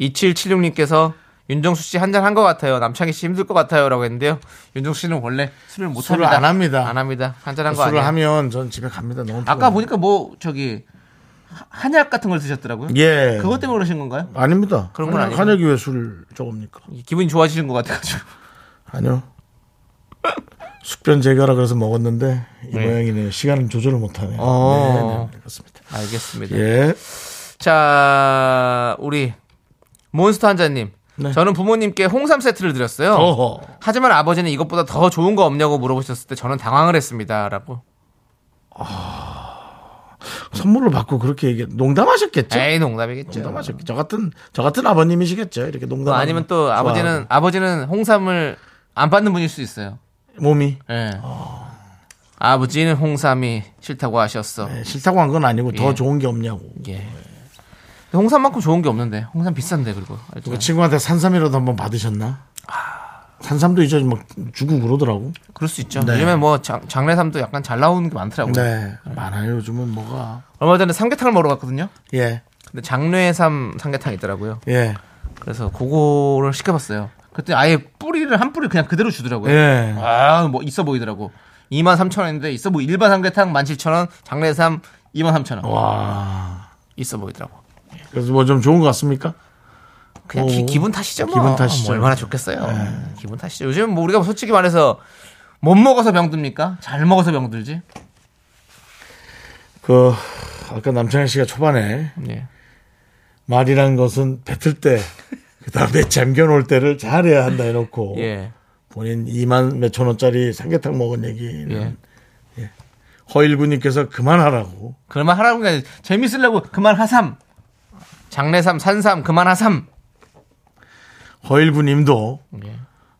Speaker 2: 2776님께서 윤정수 씨 한 잔 한 것 같아요. 남창희 씨 힘들 것 같아요. 라고 했는데요. 윤정수 씨는 원래 술을 못
Speaker 1: 술을
Speaker 2: 합니다.
Speaker 1: 안 합니다.
Speaker 2: 안 합니다. 한 잔 한 거
Speaker 1: 술을
Speaker 2: 아니에요.
Speaker 1: 하면 전 집에 갑니다. 너무
Speaker 2: 아까
Speaker 1: 피곤해요.
Speaker 2: 보니까 뭐, 저기, 하- 한약 같은 걸 드셨더라고요.
Speaker 1: 예
Speaker 2: 그것 때문에 그러신 건가요?
Speaker 1: 아닙니다.
Speaker 2: 그런 건 아니고.
Speaker 1: 한약이 왜 술을 조금입니까?
Speaker 2: 기분이 좋아지신 것 같아가지고.
Speaker 1: 아니요. 숙변 제거라 그래서 먹었는데 이
Speaker 2: 네.
Speaker 1: 모양이네요. 시간을 조절을 못하네요.
Speaker 2: 어.
Speaker 1: 네, 네, 그렇습니다.
Speaker 2: 알겠습니다.
Speaker 1: 예.
Speaker 2: 자, 우리, 몬스터 한자님.
Speaker 1: 네.
Speaker 2: 저는 부모님께 홍삼 세트를 드렸어요.
Speaker 1: 어허.
Speaker 2: 하지만 아버지는 이것보다 더 좋은 거 없냐고 물어보셨을 때 저는 당황을 했습니다. 라고.
Speaker 1: 선물로 받고 그렇게 얘기 농담하셨겠죠?
Speaker 2: 에이, 농담이겠죠.
Speaker 1: 농담하셨겠죠. 저 같은 저 같은 아버님이시겠죠. 이렇게 농담.
Speaker 2: 뭐 아니면 또 아버지는 아버지는 홍삼을 안 받는 분일 수 있어요.
Speaker 1: 몸이
Speaker 2: 예.
Speaker 1: 아.
Speaker 2: 아버지는 홍삼이 싫다고 하셨어.
Speaker 1: 네, 싫다고 한 건 아니고 더
Speaker 2: 예.
Speaker 1: 좋은 게 없냐고.
Speaker 2: 예. 홍삼만큼 좋은 게 없는데 홍삼 비싼데 그리고 그렇죠. 알죠?
Speaker 1: 그 친구한테 산삼이라도 한번 받으셨나?
Speaker 2: 아.
Speaker 1: 산삼도 이제 막 주고 그러더라고.
Speaker 2: 그럴 수 있죠.
Speaker 1: 네.
Speaker 2: 요즘에 뭐 장, 장례삼도 약간 잘 나오는 게 많더라고요.
Speaker 1: 네, 많아요. 요즘은 뭐가.
Speaker 2: 얼마 전에 삼계탕을 먹으러 갔거든요.
Speaker 1: 예,
Speaker 2: 근데 장례삼 삼계탕 있더라고요.
Speaker 1: 예,
Speaker 2: 그래서 그거를 시켜봤어요. 그때 아예 뿌리를 한 뿌리 그냥 그대로 주더라고요.
Speaker 1: 예.
Speaker 2: 아, 뭐 있어 보이더라고. 2만 3천 원인데 있어 보이 일반 삼계탕 1만 7천 원, 장례삼 2만 3천 원.
Speaker 1: 와.
Speaker 2: 있어 보이더라고.
Speaker 1: 그래서 뭐 좀 좋은 것 같습니까?
Speaker 2: 그냥
Speaker 1: 오.
Speaker 2: 기, 기분 탓이죠 뭐.
Speaker 1: 기분 탓이죠. 네.
Speaker 2: 뭐 얼마나 좋겠어요. 기분 탓이죠. 요즘 뭐 우리가 솔직히 말해서 못 먹어서 병듭니까? 잘 먹어서 병들지.
Speaker 1: 그 아까 남창희 씨가 초반에
Speaker 2: 예.
Speaker 1: 말이란 것은 뱉을 때 그다음에 잠겨놓을 때를 잘해야 한다 해놓고
Speaker 2: 예.
Speaker 1: 본인 2만 몇천 원짜리 삼계탕 먹은 얘기는
Speaker 2: 예.
Speaker 1: 허일구님께서 그만하라고
Speaker 2: 그만 하라고 그냥 재밌으려고 그만 하삼. 장례삼 산삼 그만 하삼.
Speaker 1: 허일구님도
Speaker 2: 예.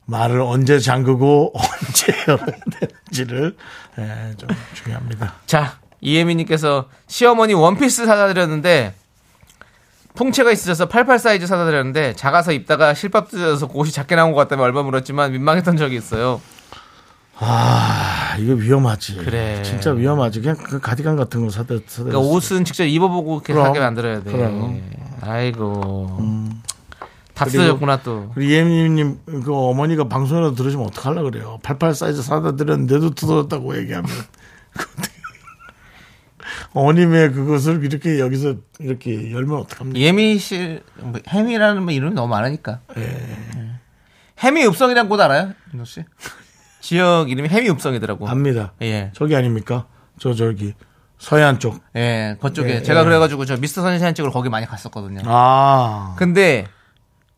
Speaker 1: 말을 언제 잠그고 언제 열어야 되는지를 예, 좀 중요합니다.
Speaker 2: 자, 이혜미님께서 시어머니 원피스 사다 드렸는데 풍채가 있으셔서 88 사이즈 사다 드렸는데 작아서 입다가 실밥 뜯어서 옷이 작게 나온 것 같다며 얼마 물었지만 민망했던 적이 있어요.
Speaker 1: 아 이거 위험하지.
Speaker 2: 그래.
Speaker 1: 진짜 위험하지. 그냥 그 가디건 같은 거 사다 사다.
Speaker 2: 그러니까 옷은 직접 입어보고 이렇게
Speaker 1: 그럼,
Speaker 2: 사게 만들어야 돼.
Speaker 1: 그럼.
Speaker 2: 아이고. 다 쓰셨구나 또.
Speaker 1: 우리 예민님 그 어머니가 방송이라도 들으시면 어떡하려 그래요. 88 사이즈 사다 드렸는데도 뜯어졌다고 얘기하면 그것도 어머님의 그것을 이렇게 여기서 이렇게 열면 어떡합니까?
Speaker 2: 예미 씨, 뭐, 해미라는 뭐 이름이 너무 많으니까. 예. 해미 읍성이라는 곳 알아요? 윤호 씨? 지역 이름이 해미 읍성이더라고.
Speaker 1: 압니다.
Speaker 2: 예.
Speaker 1: 저기 아닙니까? 저 저기 서해안 쪽.
Speaker 2: 예, 그쪽에.
Speaker 1: 예,
Speaker 2: 제가
Speaker 1: 예.
Speaker 2: 그래가지고 저 미스터 선샤인 찍으러 거기 많이 갔었거든요.
Speaker 1: 아
Speaker 2: 근데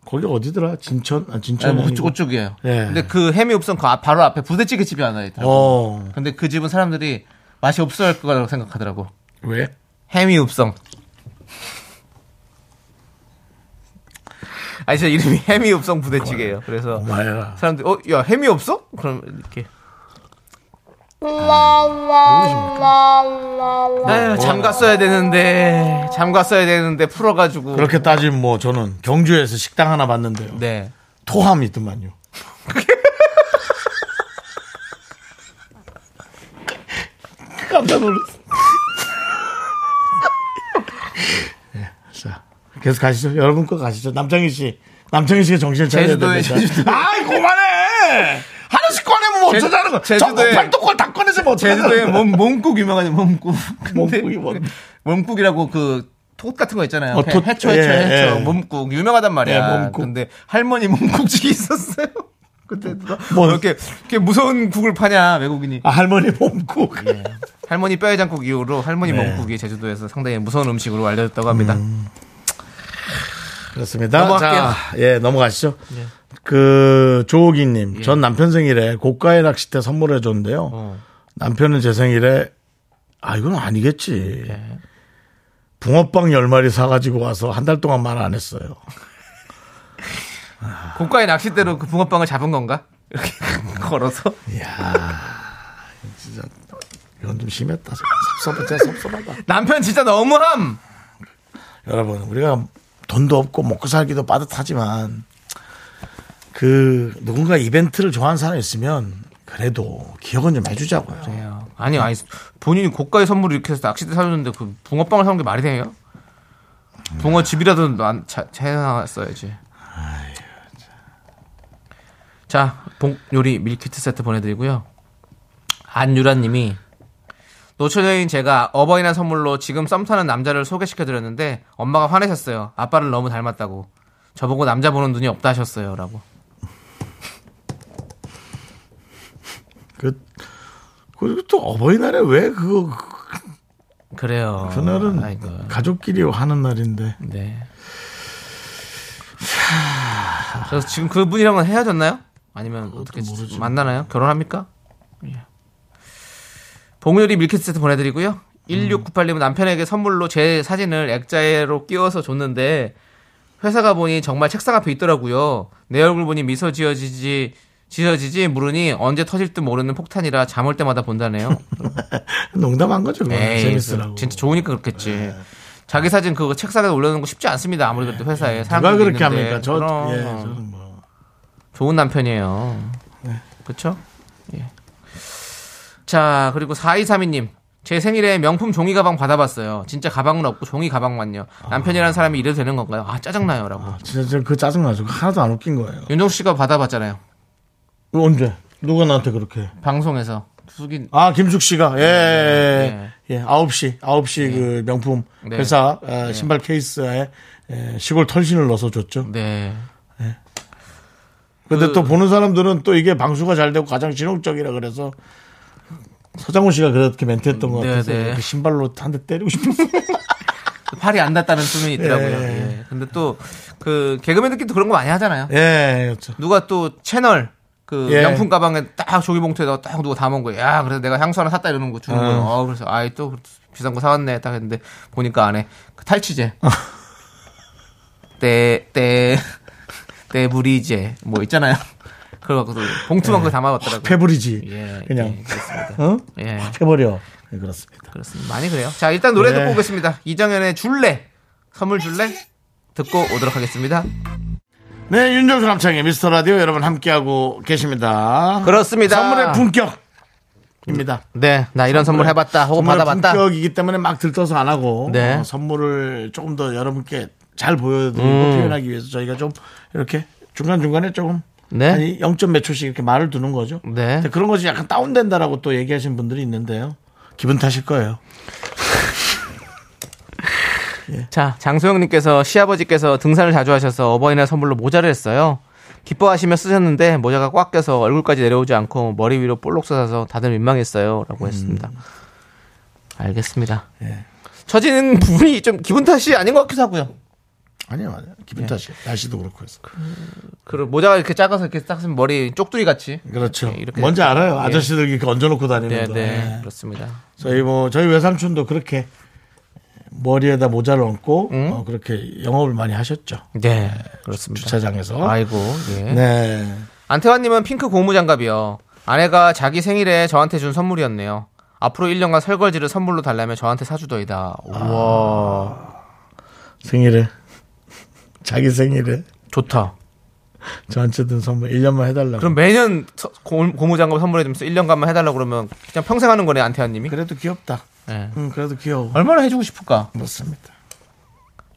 Speaker 1: 거기 어디더라? 진천? 아 진천.
Speaker 2: 뭐
Speaker 1: 아니고.
Speaker 2: 그쪽 그쪽이에요.
Speaker 1: 예.
Speaker 2: 근데 그 해미 읍성 그 앞- 바로 앞에 부대찌개 집이 하나 있더라고.
Speaker 1: 어
Speaker 2: 근데 그 집은 사람들이 맛이 없을 거라고 생각하더라고.
Speaker 1: 왜?
Speaker 2: 해미 읍성. 아니 진짜 이름이 해미 읍성 부대찌개예요. 그래서
Speaker 1: 말해라.
Speaker 2: 사람들이 어야 해미 없어? 그럼 이렇게. 아유, 잠갔어야 되는데 잠갔어야 되는데 풀어가지고
Speaker 1: 그렇게 따지면 뭐 저는 경주에서 식당 하나 봤는데요.
Speaker 2: 네
Speaker 1: 토함이 있더만요. 깜짝 놀랐어. 예, 자, 계속 가시죠. 여러분 거 가시죠. 남창희 씨. 남창희 씨가 정신을 차려야
Speaker 2: 제주도에,
Speaker 1: 됩니다.
Speaker 2: 제주도에.
Speaker 1: 아이, 그만해! 하나씩 꺼내면 뭐
Speaker 2: 제-
Speaker 1: 어쩌자는 거.
Speaker 2: 제주도에-
Speaker 1: 제주도에. 팔뚝걸 다 꺼내서 뭐 어쩌자는
Speaker 2: 제주도에
Speaker 1: 거야.
Speaker 2: 몸 몸국 유명하죠 몸국
Speaker 1: 몸국이 뭔데?
Speaker 2: 몸국이라고 그 톳 같은 거 있잖아요.
Speaker 1: 어, 톳.
Speaker 2: 해초 해초
Speaker 1: 예,
Speaker 2: 해초
Speaker 1: 예.
Speaker 2: 몸국 유명하단 말이야.
Speaker 1: 예, 몸국.
Speaker 2: 근데 할머니 몸국집이 있었어요. 그때 누가
Speaker 1: 뭐.
Speaker 2: 뭐 이렇게 이렇게 무서운 국을 파냐 외국인이
Speaker 1: 아, 할머니 몸국.
Speaker 2: 할머니 뼈해장국 이후로 할머니
Speaker 1: 네.
Speaker 2: 몸국이 제주도에서 상당히 무서운 음식으로 알려졌다고 합니다.
Speaker 1: 그렇습니다.
Speaker 2: 넘어갈게요.
Speaker 1: 자, 예, 넘어가시죠. 그 조옥이님, 전 남편 생일에 고가의 낚싯대 선물해 줬는데요.
Speaker 2: 어.
Speaker 1: 남편은 제 생일에 아 이건 아니겠지. 붕어빵 열 마리 사가지고 와서 한 달 동안 말 안 했어요.
Speaker 2: 고가의 낚싯대로 그 붕어빵을 잡은 건가? 이렇게 걸어서
Speaker 1: 이건 좀 심했다. 섭섭해, 진짜 섭섭하다.
Speaker 2: 남편 진짜 너무함.
Speaker 1: 여러분, 우리가 돈도 없고 먹고 살기도 빠듯하지만 그 누군가 이벤트를 좋아하는 사람이 있으면 그래도 기억은 좀 해주자고요.
Speaker 2: 네. 아니 아니 본인이 고가의 선물을 이렇게 해서 낚싯대 사줬는데 그 붕어빵을 사온 게 말이 돼요? 붕어 집이라도 안 채워놨어야지. 자, 봉 요리 밀키트 세트 보내드리고요. 안유라님이 노처녀인 제가 어버이날 선물로 지금 썸타는 남자를 소개시켜드렸는데 엄마가 화내셨어요. 아빠를 너무 닮았다고. 저보고 남자 보는 눈이 없다 하셨어요. 라고.
Speaker 1: 그 그리고 또 어버이날에 왜 그거
Speaker 2: 그래요.
Speaker 1: 그날은
Speaker 2: 아이고.
Speaker 1: 가족끼리 하는 날인데
Speaker 2: 네. 그래서 지금 그분이랑은 헤어졌나요? 아니면 어떻게
Speaker 1: 모르죠.
Speaker 2: 만나나요? 결혼합니까? 예. 봉요리 밀키트 세트 보내드리고요.
Speaker 1: 음.
Speaker 2: 1698님은 남편에게 선물로 제 사진을 액자로 끼워서 줬는데 회사가 보니 정말 책상 앞에 있더라고요. 내 얼굴 보니 미소 지어지지 지어지지 모르니 언제 터질 듯 모르는 폭탄이라 잠 올 때마다 본다네요.
Speaker 1: 농담한 거죠. 그거는.
Speaker 2: 에이,
Speaker 1: 아, 재밌으라고.
Speaker 2: 네,
Speaker 1: 네.
Speaker 2: 진짜 좋으니까 그렇겠지. 자기 사진 그거 책상에 올려놓는 거 쉽지 않습니다. 아무리 그래도 회사에
Speaker 1: 누가
Speaker 2: 사람들이
Speaker 1: 그렇게
Speaker 2: 있는데.
Speaker 1: 합니까? 저
Speaker 2: 그럼.
Speaker 1: 예, 저는 뭐
Speaker 2: 좋은 남편이에요.
Speaker 1: 네.
Speaker 2: 그렇죠? 예. 자, 그리고 4232님. 제 생일에 명품 종이 가방 받아봤어요. 진짜 가방은 없고 종이 가방만요. 남편이라는 사람이 이래도 되는 건가요? 아, 짜증나요. 라고.
Speaker 1: 아, 진짜 저그 짜증 나죠. 하나도 안 웃긴 거예요. 그
Speaker 2: 윤종수 씨가 받아봤잖아요.
Speaker 1: 언제 누가 나한테 그렇게?
Speaker 2: 방송에서. 숙인.
Speaker 1: 아 김숙 씨가 예,
Speaker 2: 네.
Speaker 1: 예, 아홉 시 아홉 시 그 명품
Speaker 2: 네.
Speaker 1: 회사 어, 신발 케이스에 에, 시골 털신을 넣어서 줬죠.
Speaker 2: 네.
Speaker 1: 근데
Speaker 2: 그-
Speaker 1: 또 보는 사람들은 또 이게 방수가 잘 되고 가장 실용적이라 그래서 서장훈 씨가 그렇게 멘트했던 것
Speaker 2: 네,
Speaker 1: 같아서
Speaker 2: 네.
Speaker 1: 그 신발로 한 대 때리고 싶었어요.
Speaker 2: 팔이 안 닿다는 소문이 있더라고요.
Speaker 1: 예.
Speaker 2: 예. 근데 또, 그, 개그맨들끼리도 그런 거 많이 하잖아요.
Speaker 1: 예, 그렇죠.
Speaker 2: 누가 또 채널 그
Speaker 1: 예.
Speaker 2: 명품 가방에 딱 조기 봉투에다가 딱 누가 담은 거예요. 야, 그래서 내가 향수 하나 샀다 이러는 거 주는 거예요. 어, 그래서 아이 또 비싼 거 사왔네 딱 했는데 보니까 안에 그 탈취제,
Speaker 1: 어.
Speaker 2: 때때 때부리제 뭐 있잖아요. 그걸 갖고 봉투만 그거 담아왔더라고요.
Speaker 1: 패브리지
Speaker 2: 예,
Speaker 1: 예. 어, 그냥
Speaker 2: 예, 그렇습니다.
Speaker 1: 어?
Speaker 2: 예.
Speaker 1: 확 해버려. 네, 그렇습니다.
Speaker 2: 그렇습니다. 많이 그래요. 자, 일단 노래
Speaker 1: 네.
Speaker 2: 듣고 오겠습니다. 이정현의 줄래 선물 줄래 듣고 오도록 하겠습니다.
Speaker 1: 네, 윤정수 남창의 미스터 라디오 여러분 함께하고 계십니다.
Speaker 2: 그렇습니다.
Speaker 1: 선물의 품격입니다.
Speaker 2: 네, 나 이런 선물 해봤다 하고
Speaker 1: 선물의
Speaker 2: 받아봤다.
Speaker 1: 품격이기 때문에 막 들떠서 안 하고
Speaker 2: 네.
Speaker 1: 어, 선물을 조금 더 여러분께 잘 보여드리고
Speaker 2: 음.
Speaker 1: 표현하기 위해서 저희가 좀 이렇게 중간 중간에 조금
Speaker 2: 네.
Speaker 1: 아니 0점 몇 초씩 이렇게 말을 두는 거죠.
Speaker 2: 네.
Speaker 1: 근데 그런 것이 약간 다운된다라고 또 얘기하시는 분들이 있는데요. 기분 탓일 거예요.
Speaker 2: 자, 장소영님께서 시아버지께서 등산을 자주 하셔서 어버이날 선물로 모자를 했어요. 기뻐하시며 쓰셨는데 모자가 꽉 껴서 얼굴까지 내려오지 않고 머리 위로 볼록 솟아서 다들 민망했어요. 라고 했습니다. 알겠습니다. 처지는 부분이 좀 기분 탓이 아닌 것 같기도 하고요. 네.
Speaker 1: 아니요, 아니요. 기분 탓이에요. 날씨도 그렇고 해서.
Speaker 2: 그 모자가 이렇게 작아서 이렇게 딱 쓰면 머리 쪽두리 같이.
Speaker 1: 그렇죠.
Speaker 2: 네, 이렇게
Speaker 1: 뭔지
Speaker 2: 됐죠.
Speaker 1: 알아요.
Speaker 2: 예.
Speaker 1: 아저씨들 이렇게 얹어놓고 다니는
Speaker 2: 네,
Speaker 1: 거.
Speaker 2: 네.
Speaker 1: 예.
Speaker 2: 그렇습니다.
Speaker 1: 저희 뭐 저희 외삼촌도 그렇게 머리에다 모자를 얹고 어, 그렇게 영업을 많이 하셨죠.
Speaker 2: 네. 그렇습니다.
Speaker 1: 주차장에서.
Speaker 2: 아이고, 예.
Speaker 1: 네.
Speaker 2: 안태환님은 핑크 고무장갑이요. 아내가 자기 생일에 저한테 준 선물이었네요. 앞으로 1년간 설거지를 선물로 달라며 저한테 사주더이다. 우와.
Speaker 1: 생일에 자기 생일에
Speaker 2: 좋다.
Speaker 1: 저한테 든 선물 1년만 해달라고.
Speaker 2: 그럼 매년 서- 고- 고무장갑 선물해주면서 1년간만 해달라고 그러면 그냥 평생 하는 거네, 안태환님이.
Speaker 1: 그래도 귀엽다.
Speaker 2: 예.
Speaker 1: 응, 그래도 귀여워.
Speaker 2: 얼마나 해주고 싶을까?
Speaker 1: 맞습니다.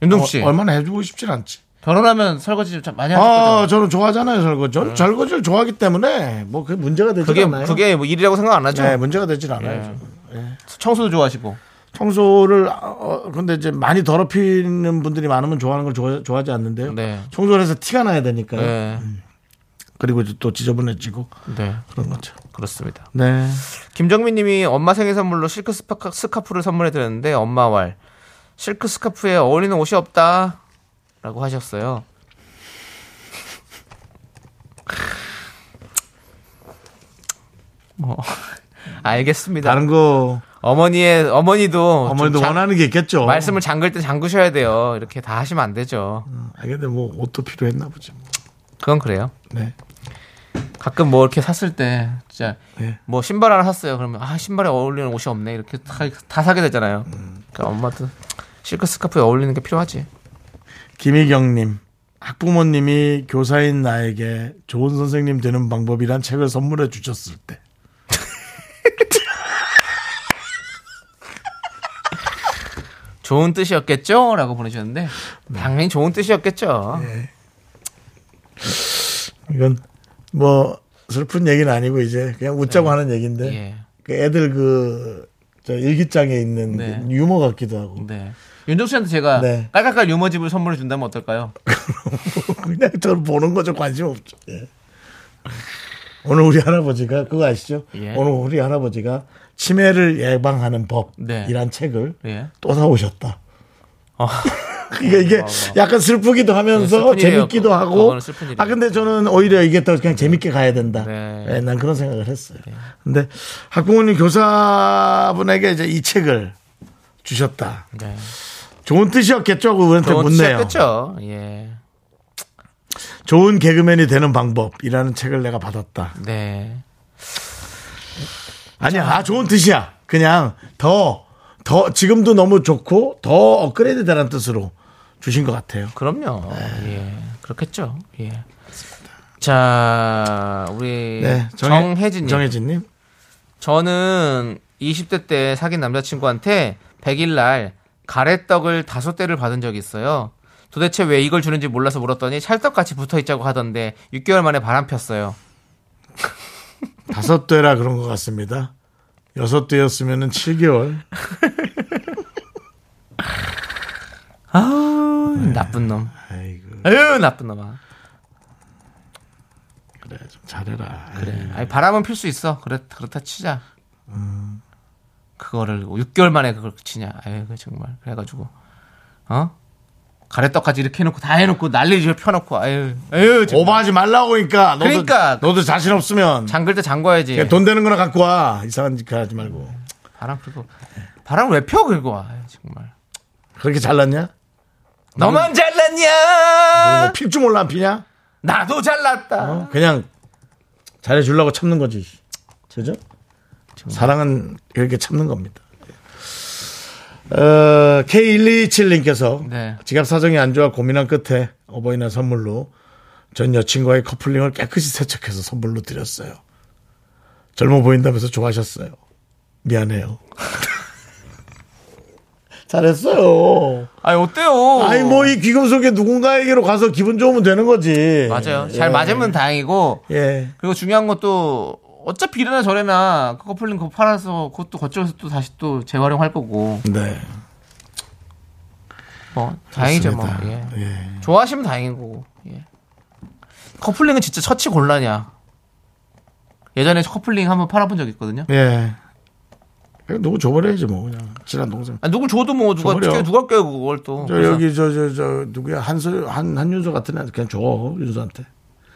Speaker 2: 윤동수 씨.
Speaker 1: 어, 얼마나 해주고 싶진 않지.
Speaker 2: 결혼하면 설거지 좀 많이 하실
Speaker 1: 아,
Speaker 2: 거죠? 음.
Speaker 1: 저는 좋아하잖아요 설거지. 저는 설거지를 좋아하기 때문에 뭐 그게 문제가 되지
Speaker 2: 그게,
Speaker 1: 않아요.
Speaker 2: 그게 예. 뭐 일이라고 생각 안 하죠?
Speaker 1: 네, 문제가 되질 않아요. 저는.
Speaker 2: 청소도 좋아하시고.
Speaker 1: 청소를 어, 근데 이제 많이 더럽히는 분들이 많으면 좋아하는 걸 좋아, 하지 않는데요.
Speaker 2: 네.
Speaker 1: 청소를 해서 티가 나야 되니까요.
Speaker 2: 네.
Speaker 1: 그리고 또 지저분해지고
Speaker 2: 네.
Speaker 1: 그런 거죠.
Speaker 2: 그렇습니다.
Speaker 1: 네.
Speaker 2: 김정민 님이 엄마 생일 선물로 실크 스파카, 스카프를 선물해 드렸는데 엄마 왈 실크 스카프에 어울리는 옷이 없다 라고 하셨어요. 뭐 알겠습니다.
Speaker 1: 다른 거
Speaker 2: 어머니의 어머니도
Speaker 1: 어머니도
Speaker 2: 좀 장-
Speaker 1: 원하는 게 있겠죠.
Speaker 2: 말씀을 잠글 때 잠그셔야 돼요. 이렇게 다 하시면 안 되죠.
Speaker 1: 아, 근데 뭐 옷도 필요했나 보지. 뭐.
Speaker 2: 그건 그래요.
Speaker 1: 네.
Speaker 2: 가끔 뭐 이렇게 샀을 때 진짜
Speaker 1: 네.
Speaker 2: 뭐 신발 하나 샀어요. 그러면 아 신발에 어울리는 옷이 없네 이렇게 다, 다 사게 되잖아요.
Speaker 1: 음.
Speaker 2: 그러니까 엄마도 실크 스카프에 어울리는 게 필요하지.
Speaker 1: 김희경님. 학부모님이 교사인 나에게 좋은 선생님 되는 방법이란 책을 선물해 주셨을 때.
Speaker 2: 좋은 뜻이었겠죠?라고 보내주셨는데
Speaker 1: 네.
Speaker 2: 당연히 좋은 뜻이었겠죠.
Speaker 1: 이건 뭐 슬픈 얘기는 아니고 이제 그냥 웃자고 하는 얘기인데
Speaker 2: 예.
Speaker 1: 그 애들 그 저 일기장에 있는
Speaker 2: 네.
Speaker 1: 그 유머 같기도 하고
Speaker 2: 네. 윤정 씨한테 제가
Speaker 1: 네.
Speaker 2: 깔깔깔 유머집을 선물해 준다면 어떨까요?
Speaker 1: 그냥 저를 보는 거죠 관심 없죠. 예. 오늘 우리 할아버지가 그거 아시죠?
Speaker 2: 예.
Speaker 1: 오늘 우리 할아버지가 치매를 예방하는 법이란
Speaker 2: 네.
Speaker 1: 책을
Speaker 2: 예.
Speaker 1: 또 사오셨다.
Speaker 2: 어.
Speaker 1: 그러니까 이게 약간 슬프기도 하면서
Speaker 2: 네, 슬픈 일이에요.
Speaker 1: 재밌기도
Speaker 2: 그거-
Speaker 1: 하고.
Speaker 2: 그거는 슬픈 일이에요.
Speaker 1: 아 근데 저는 오히려 이게 더 그냥 재밌게 가야 된다.
Speaker 2: 네.
Speaker 1: 예, 난 그런 생각을 했어요. 근데 학부모님 교사분에게 이제 이 책을 주셨다.
Speaker 2: 네.
Speaker 1: 좋은 뜻이었겠죠? 하고 우리한테
Speaker 2: 좋은
Speaker 1: 묻네요.
Speaker 2: 뜻이었겠죠. 예.
Speaker 1: 좋은 개그맨이 되는 방법이라는 책을 내가 받았다.
Speaker 2: 네.
Speaker 1: 아니야,
Speaker 2: 그렇죠.
Speaker 1: 아, 좋은 뜻이야. 그냥 더, 더, 지금도 너무 좋고 더 업그레이드 되라는 뜻으로 주신 것 같아요.
Speaker 2: 그럼요.
Speaker 1: 네.
Speaker 2: 예. 그렇겠죠. 예. 자, 우리
Speaker 1: 네. 정혜-
Speaker 2: 예. 정혜진 님.
Speaker 1: 정혜진님.
Speaker 2: 저는 20대 때 사귄 남자친구한테 100일 날 가래떡을 다섯 대를 받은 적이 있어요. 도대체 왜 이걸 주는지 몰라서 물었더니 찰떡같이 붙어 있자고 하던데 6개월 만에 바람 폈어요.
Speaker 1: 다섯 대라 그런 것 같습니다. 여섯 대였으면은 7개월.
Speaker 2: 아, 나쁜 놈.
Speaker 1: 네. 아이고,
Speaker 2: 아유, 나쁜 놈아.
Speaker 1: 그래, 좀 잘해라.
Speaker 2: 그래. 아니, 바람은 필 수 있어. 그래, 그렇다 치자.
Speaker 1: 음.
Speaker 2: 그거를 6개월 만에 그걸 치냐. 아이고, 정말. 그래가지고, 어? 가래떡까지 이렇게 해놓고 다 해놓고 난리를 펴놓고, 아유, 아유, 정말.
Speaker 1: 예. 오버하지 말라고 그러니까. 너도,
Speaker 2: 그러니까. 예.
Speaker 1: 너도 자신 없으면.
Speaker 2: 잠글 때 잠궈야지.
Speaker 1: 그냥 돈 되는 거나 갖고 와. 이상한 짓 하지 말고.
Speaker 2: 바람 그리고 바람 왜 펴? 그리고 와 정말
Speaker 1: 음. 그렇게 잘났냐? 뭐
Speaker 2: 너만 잘났냐?
Speaker 1: 필 줄 몰라 안 피냐?
Speaker 2: 나도 잘났다.
Speaker 1: 네. 어? 그냥 잘해주려고 참는 거지. 그죠? 사랑은 그렇게 참는 겁니다. 어, K127님께서
Speaker 2: 네.
Speaker 1: 지갑 사정이 안 좋아 고민한 끝에 어버이날 선물로 전 여친과의 커플링을 깨끗이 세척해서 선물로 드렸어요. 젊어 보인다면서 좋아하셨어요. 미안해요. 잘했어요.
Speaker 2: 아니 어때요?
Speaker 1: 아니 뭐 이 귀금속에 누군가에게로 가서 기분 좋으면 되는 거지.
Speaker 2: 맞아요.
Speaker 1: 예.
Speaker 2: 잘 맞으면 다행이고
Speaker 1: 예.
Speaker 2: 그리고 중요한 것도 어차피 이래나 저래나 그 커플링 그거 팔아서 그것도 거쳐서 또 다시 또 재활용할 거고
Speaker 1: 네.
Speaker 2: 뭐 다행이죠 뭐.
Speaker 1: 그렇습니다.
Speaker 2: 예.
Speaker 1: 예.
Speaker 2: 좋아하시면 다행이고 예. 커플링은 진짜 처치 곤란이야. 예전에 커플링 한번 팔아본 적 있거든요.
Speaker 1: 예. 그냥 누구 줘버려야지 뭐 그냥 친한 동생.
Speaker 2: 아, 누굴 줘도 뭐 누가
Speaker 1: 줘버려.
Speaker 2: 껴- 누가 껴요 그걸 또.
Speaker 1: 저
Speaker 2: 그래서-
Speaker 1: 여기 저 저 저 누구야 한소 한 한윤서 같은 애 그냥 줘 윤서한테.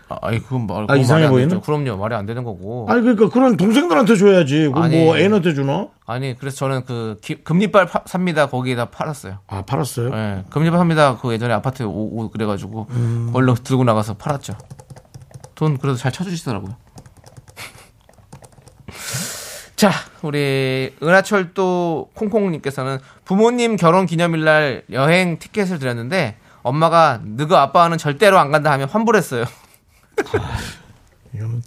Speaker 2: 아, 아니 그건 말,
Speaker 1: 아,
Speaker 2: 그건
Speaker 1: 이상해
Speaker 2: 말이 안
Speaker 1: 보이나?
Speaker 2: 되죠. 그럼요 말이 안 되는 거고.
Speaker 1: 아니 그러니까 그런 동생들한테 줘야지. 그뭐
Speaker 2: 아니.
Speaker 1: 애인한테 주나?
Speaker 2: 아니 그래서 저는 그 기- 금리빨 파- 삽니다 거기에다 팔았어요.
Speaker 1: 아 팔았어요.
Speaker 2: 예, 금리빨 삽니다 그 예전에 아파트 오, 오 그래가지고
Speaker 1: 음.
Speaker 2: 얼른 들고 나가서 팔았죠. 돈 그래도 잘 쳐주시더라고요. 자 우리 은하철도 콩콩님께서는 부모님 결혼 기념일날 여행 티켓을 드렸는데 엄마가 너그 아빠와는 절대로 안 간다 하며 환불했어요.
Speaker 1: 이건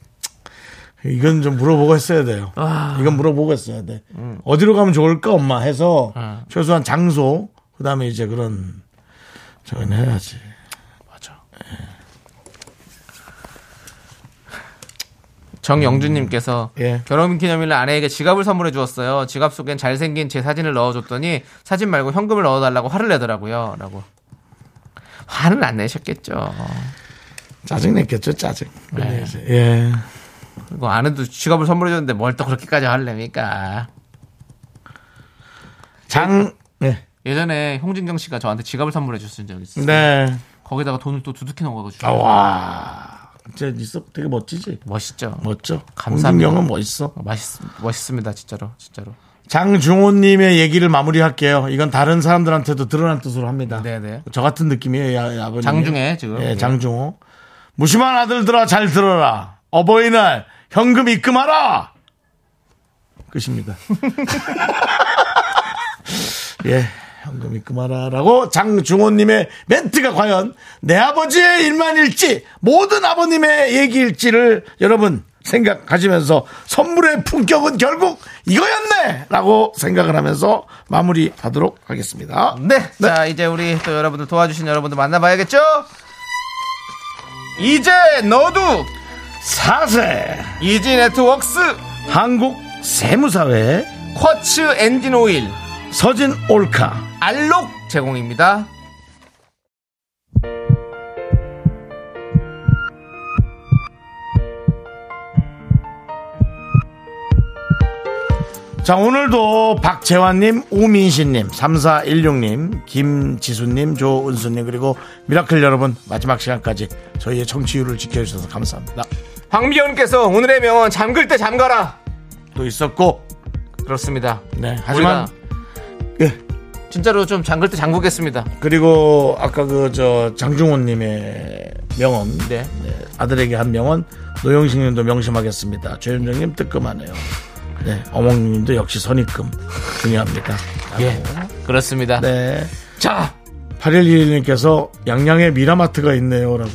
Speaker 1: 이건 좀 물어보고 했어야 돼요.
Speaker 2: 아.
Speaker 1: 이건 물어보고 했어야 돼. 어디로 가면 좋을까 엄마 해서
Speaker 2: 음.
Speaker 1: 최소한 장소 그다음에 이제 그런 저건 해야지.
Speaker 2: 맞아. 정영준님께서
Speaker 1: 예.
Speaker 2: 결혼 기념일날 아내에게 지갑을 선물해 주었어요. 지갑 속엔 잘생긴 제 사진을 넣어줬더니 사진 말고 현금을 넣어달라고 화를 내더라고요. 라고. 화는 안 내셨겠죠.
Speaker 1: 짜증냈겠죠, 짜증. 네. 예.
Speaker 2: 그리고 아내도 지갑을 선물해줬는데 뭘 또 그렇게까지 하려니까.
Speaker 1: 장, 네.
Speaker 2: 예전에 홍진경 씨가 저한테 지갑을 선물해 줬은 적이 있어요.
Speaker 1: 네.
Speaker 2: 거기다가 돈을 또 두둑히 넣어가지고.
Speaker 1: 아, 와. 진짜 있어? 되게 멋지지?
Speaker 2: 멋있죠.
Speaker 1: 멋져.
Speaker 2: 감사합니다.
Speaker 1: 홍진경은 멋있어.
Speaker 2: 맛있, 멋있습니다. 진짜로. 진짜로.
Speaker 1: 장중호님의 얘기를 마무리할게요. 이건 다른 사람들한테도 드러난 뜻으로 합니다.
Speaker 2: 네네.
Speaker 1: 저 같은 느낌이에요, 야- 아버님.
Speaker 2: 장중에 지금. 네.
Speaker 1: 예, 장중호. 무심한 아들들아 잘 들어라. 어버이날 현금 입금하라. 끝입니다. 예, 현금 입금하라라고 장중호님의 멘트가 과연 내 아버지의 일만일지 모든 아버님의 얘기일지를 여러분 생각하시면서 선물의 품격은 결국 이거였네라고 생각을 하면서 마무리하도록 하겠습니다.
Speaker 2: 네. 자, 이제 우리 또 여러분들 도와주신 여러분들 만나봐야겠죠? 이제 너도
Speaker 1: 사세
Speaker 2: 이지 네트웍스
Speaker 1: 한국 세무사회
Speaker 2: 쿼츠 엔진 오일
Speaker 1: 서진 올카
Speaker 2: 알록 제공입니다.
Speaker 1: 자 오늘도 박재환님 오민신님 3416님 김지수님 조은수님 그리고 미라클 여러분 마지막 시간까지 저희의 청취율을 지켜주셔서 감사합니다
Speaker 2: 박미연께서 오늘의 명언 잠글 때 잠가라.
Speaker 1: 또 있었고
Speaker 2: 그렇습니다.
Speaker 1: 네 하지만 예,
Speaker 2: 진짜로 좀 잠글 때 잠그겠습니다.
Speaker 1: 그리고 아까 그 저 장중호님의 명언
Speaker 2: 네.
Speaker 1: 네, 아들에게 한 명언 노영식님도 명심하겠습니다 최윤정님 뜨끔하네요 네 어몽님도 역시 선입금 중요합니다
Speaker 2: 예. 그렇습니다.
Speaker 1: 네
Speaker 2: 자,
Speaker 1: 8121님께서 양양에 미라마트가 있네요라고.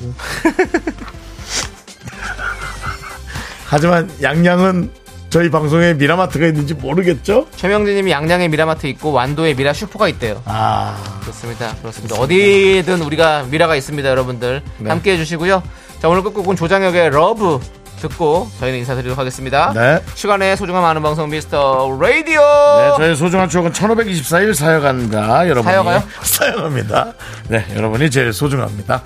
Speaker 1: 하지만 양양은 저희 방송에 미라마트가 있는지 모르겠죠?
Speaker 2: 최명진님이 양양에 미라마트 있고 완도에 미라 슈퍼가 있대요.
Speaker 1: 아,
Speaker 2: 그렇습니다. 그렇습니다. 어디든 우리가 미라가 있습니다, 여러분들.
Speaker 1: 네.
Speaker 2: 함께 해주시고요. 자, 오늘 끝곡은 조장혁의 러브 듣고 저희는 인사드리도록 하겠습니다.
Speaker 1: 네.
Speaker 2: 시간의 소중함 아는 방송 미스터 라디오.
Speaker 1: 네, 저의 소중한 추억은 1524일 사여간다, 여러분.
Speaker 2: 사여가요?
Speaker 1: 사여갑니다. 네, 여러분이 제일 소중합니다.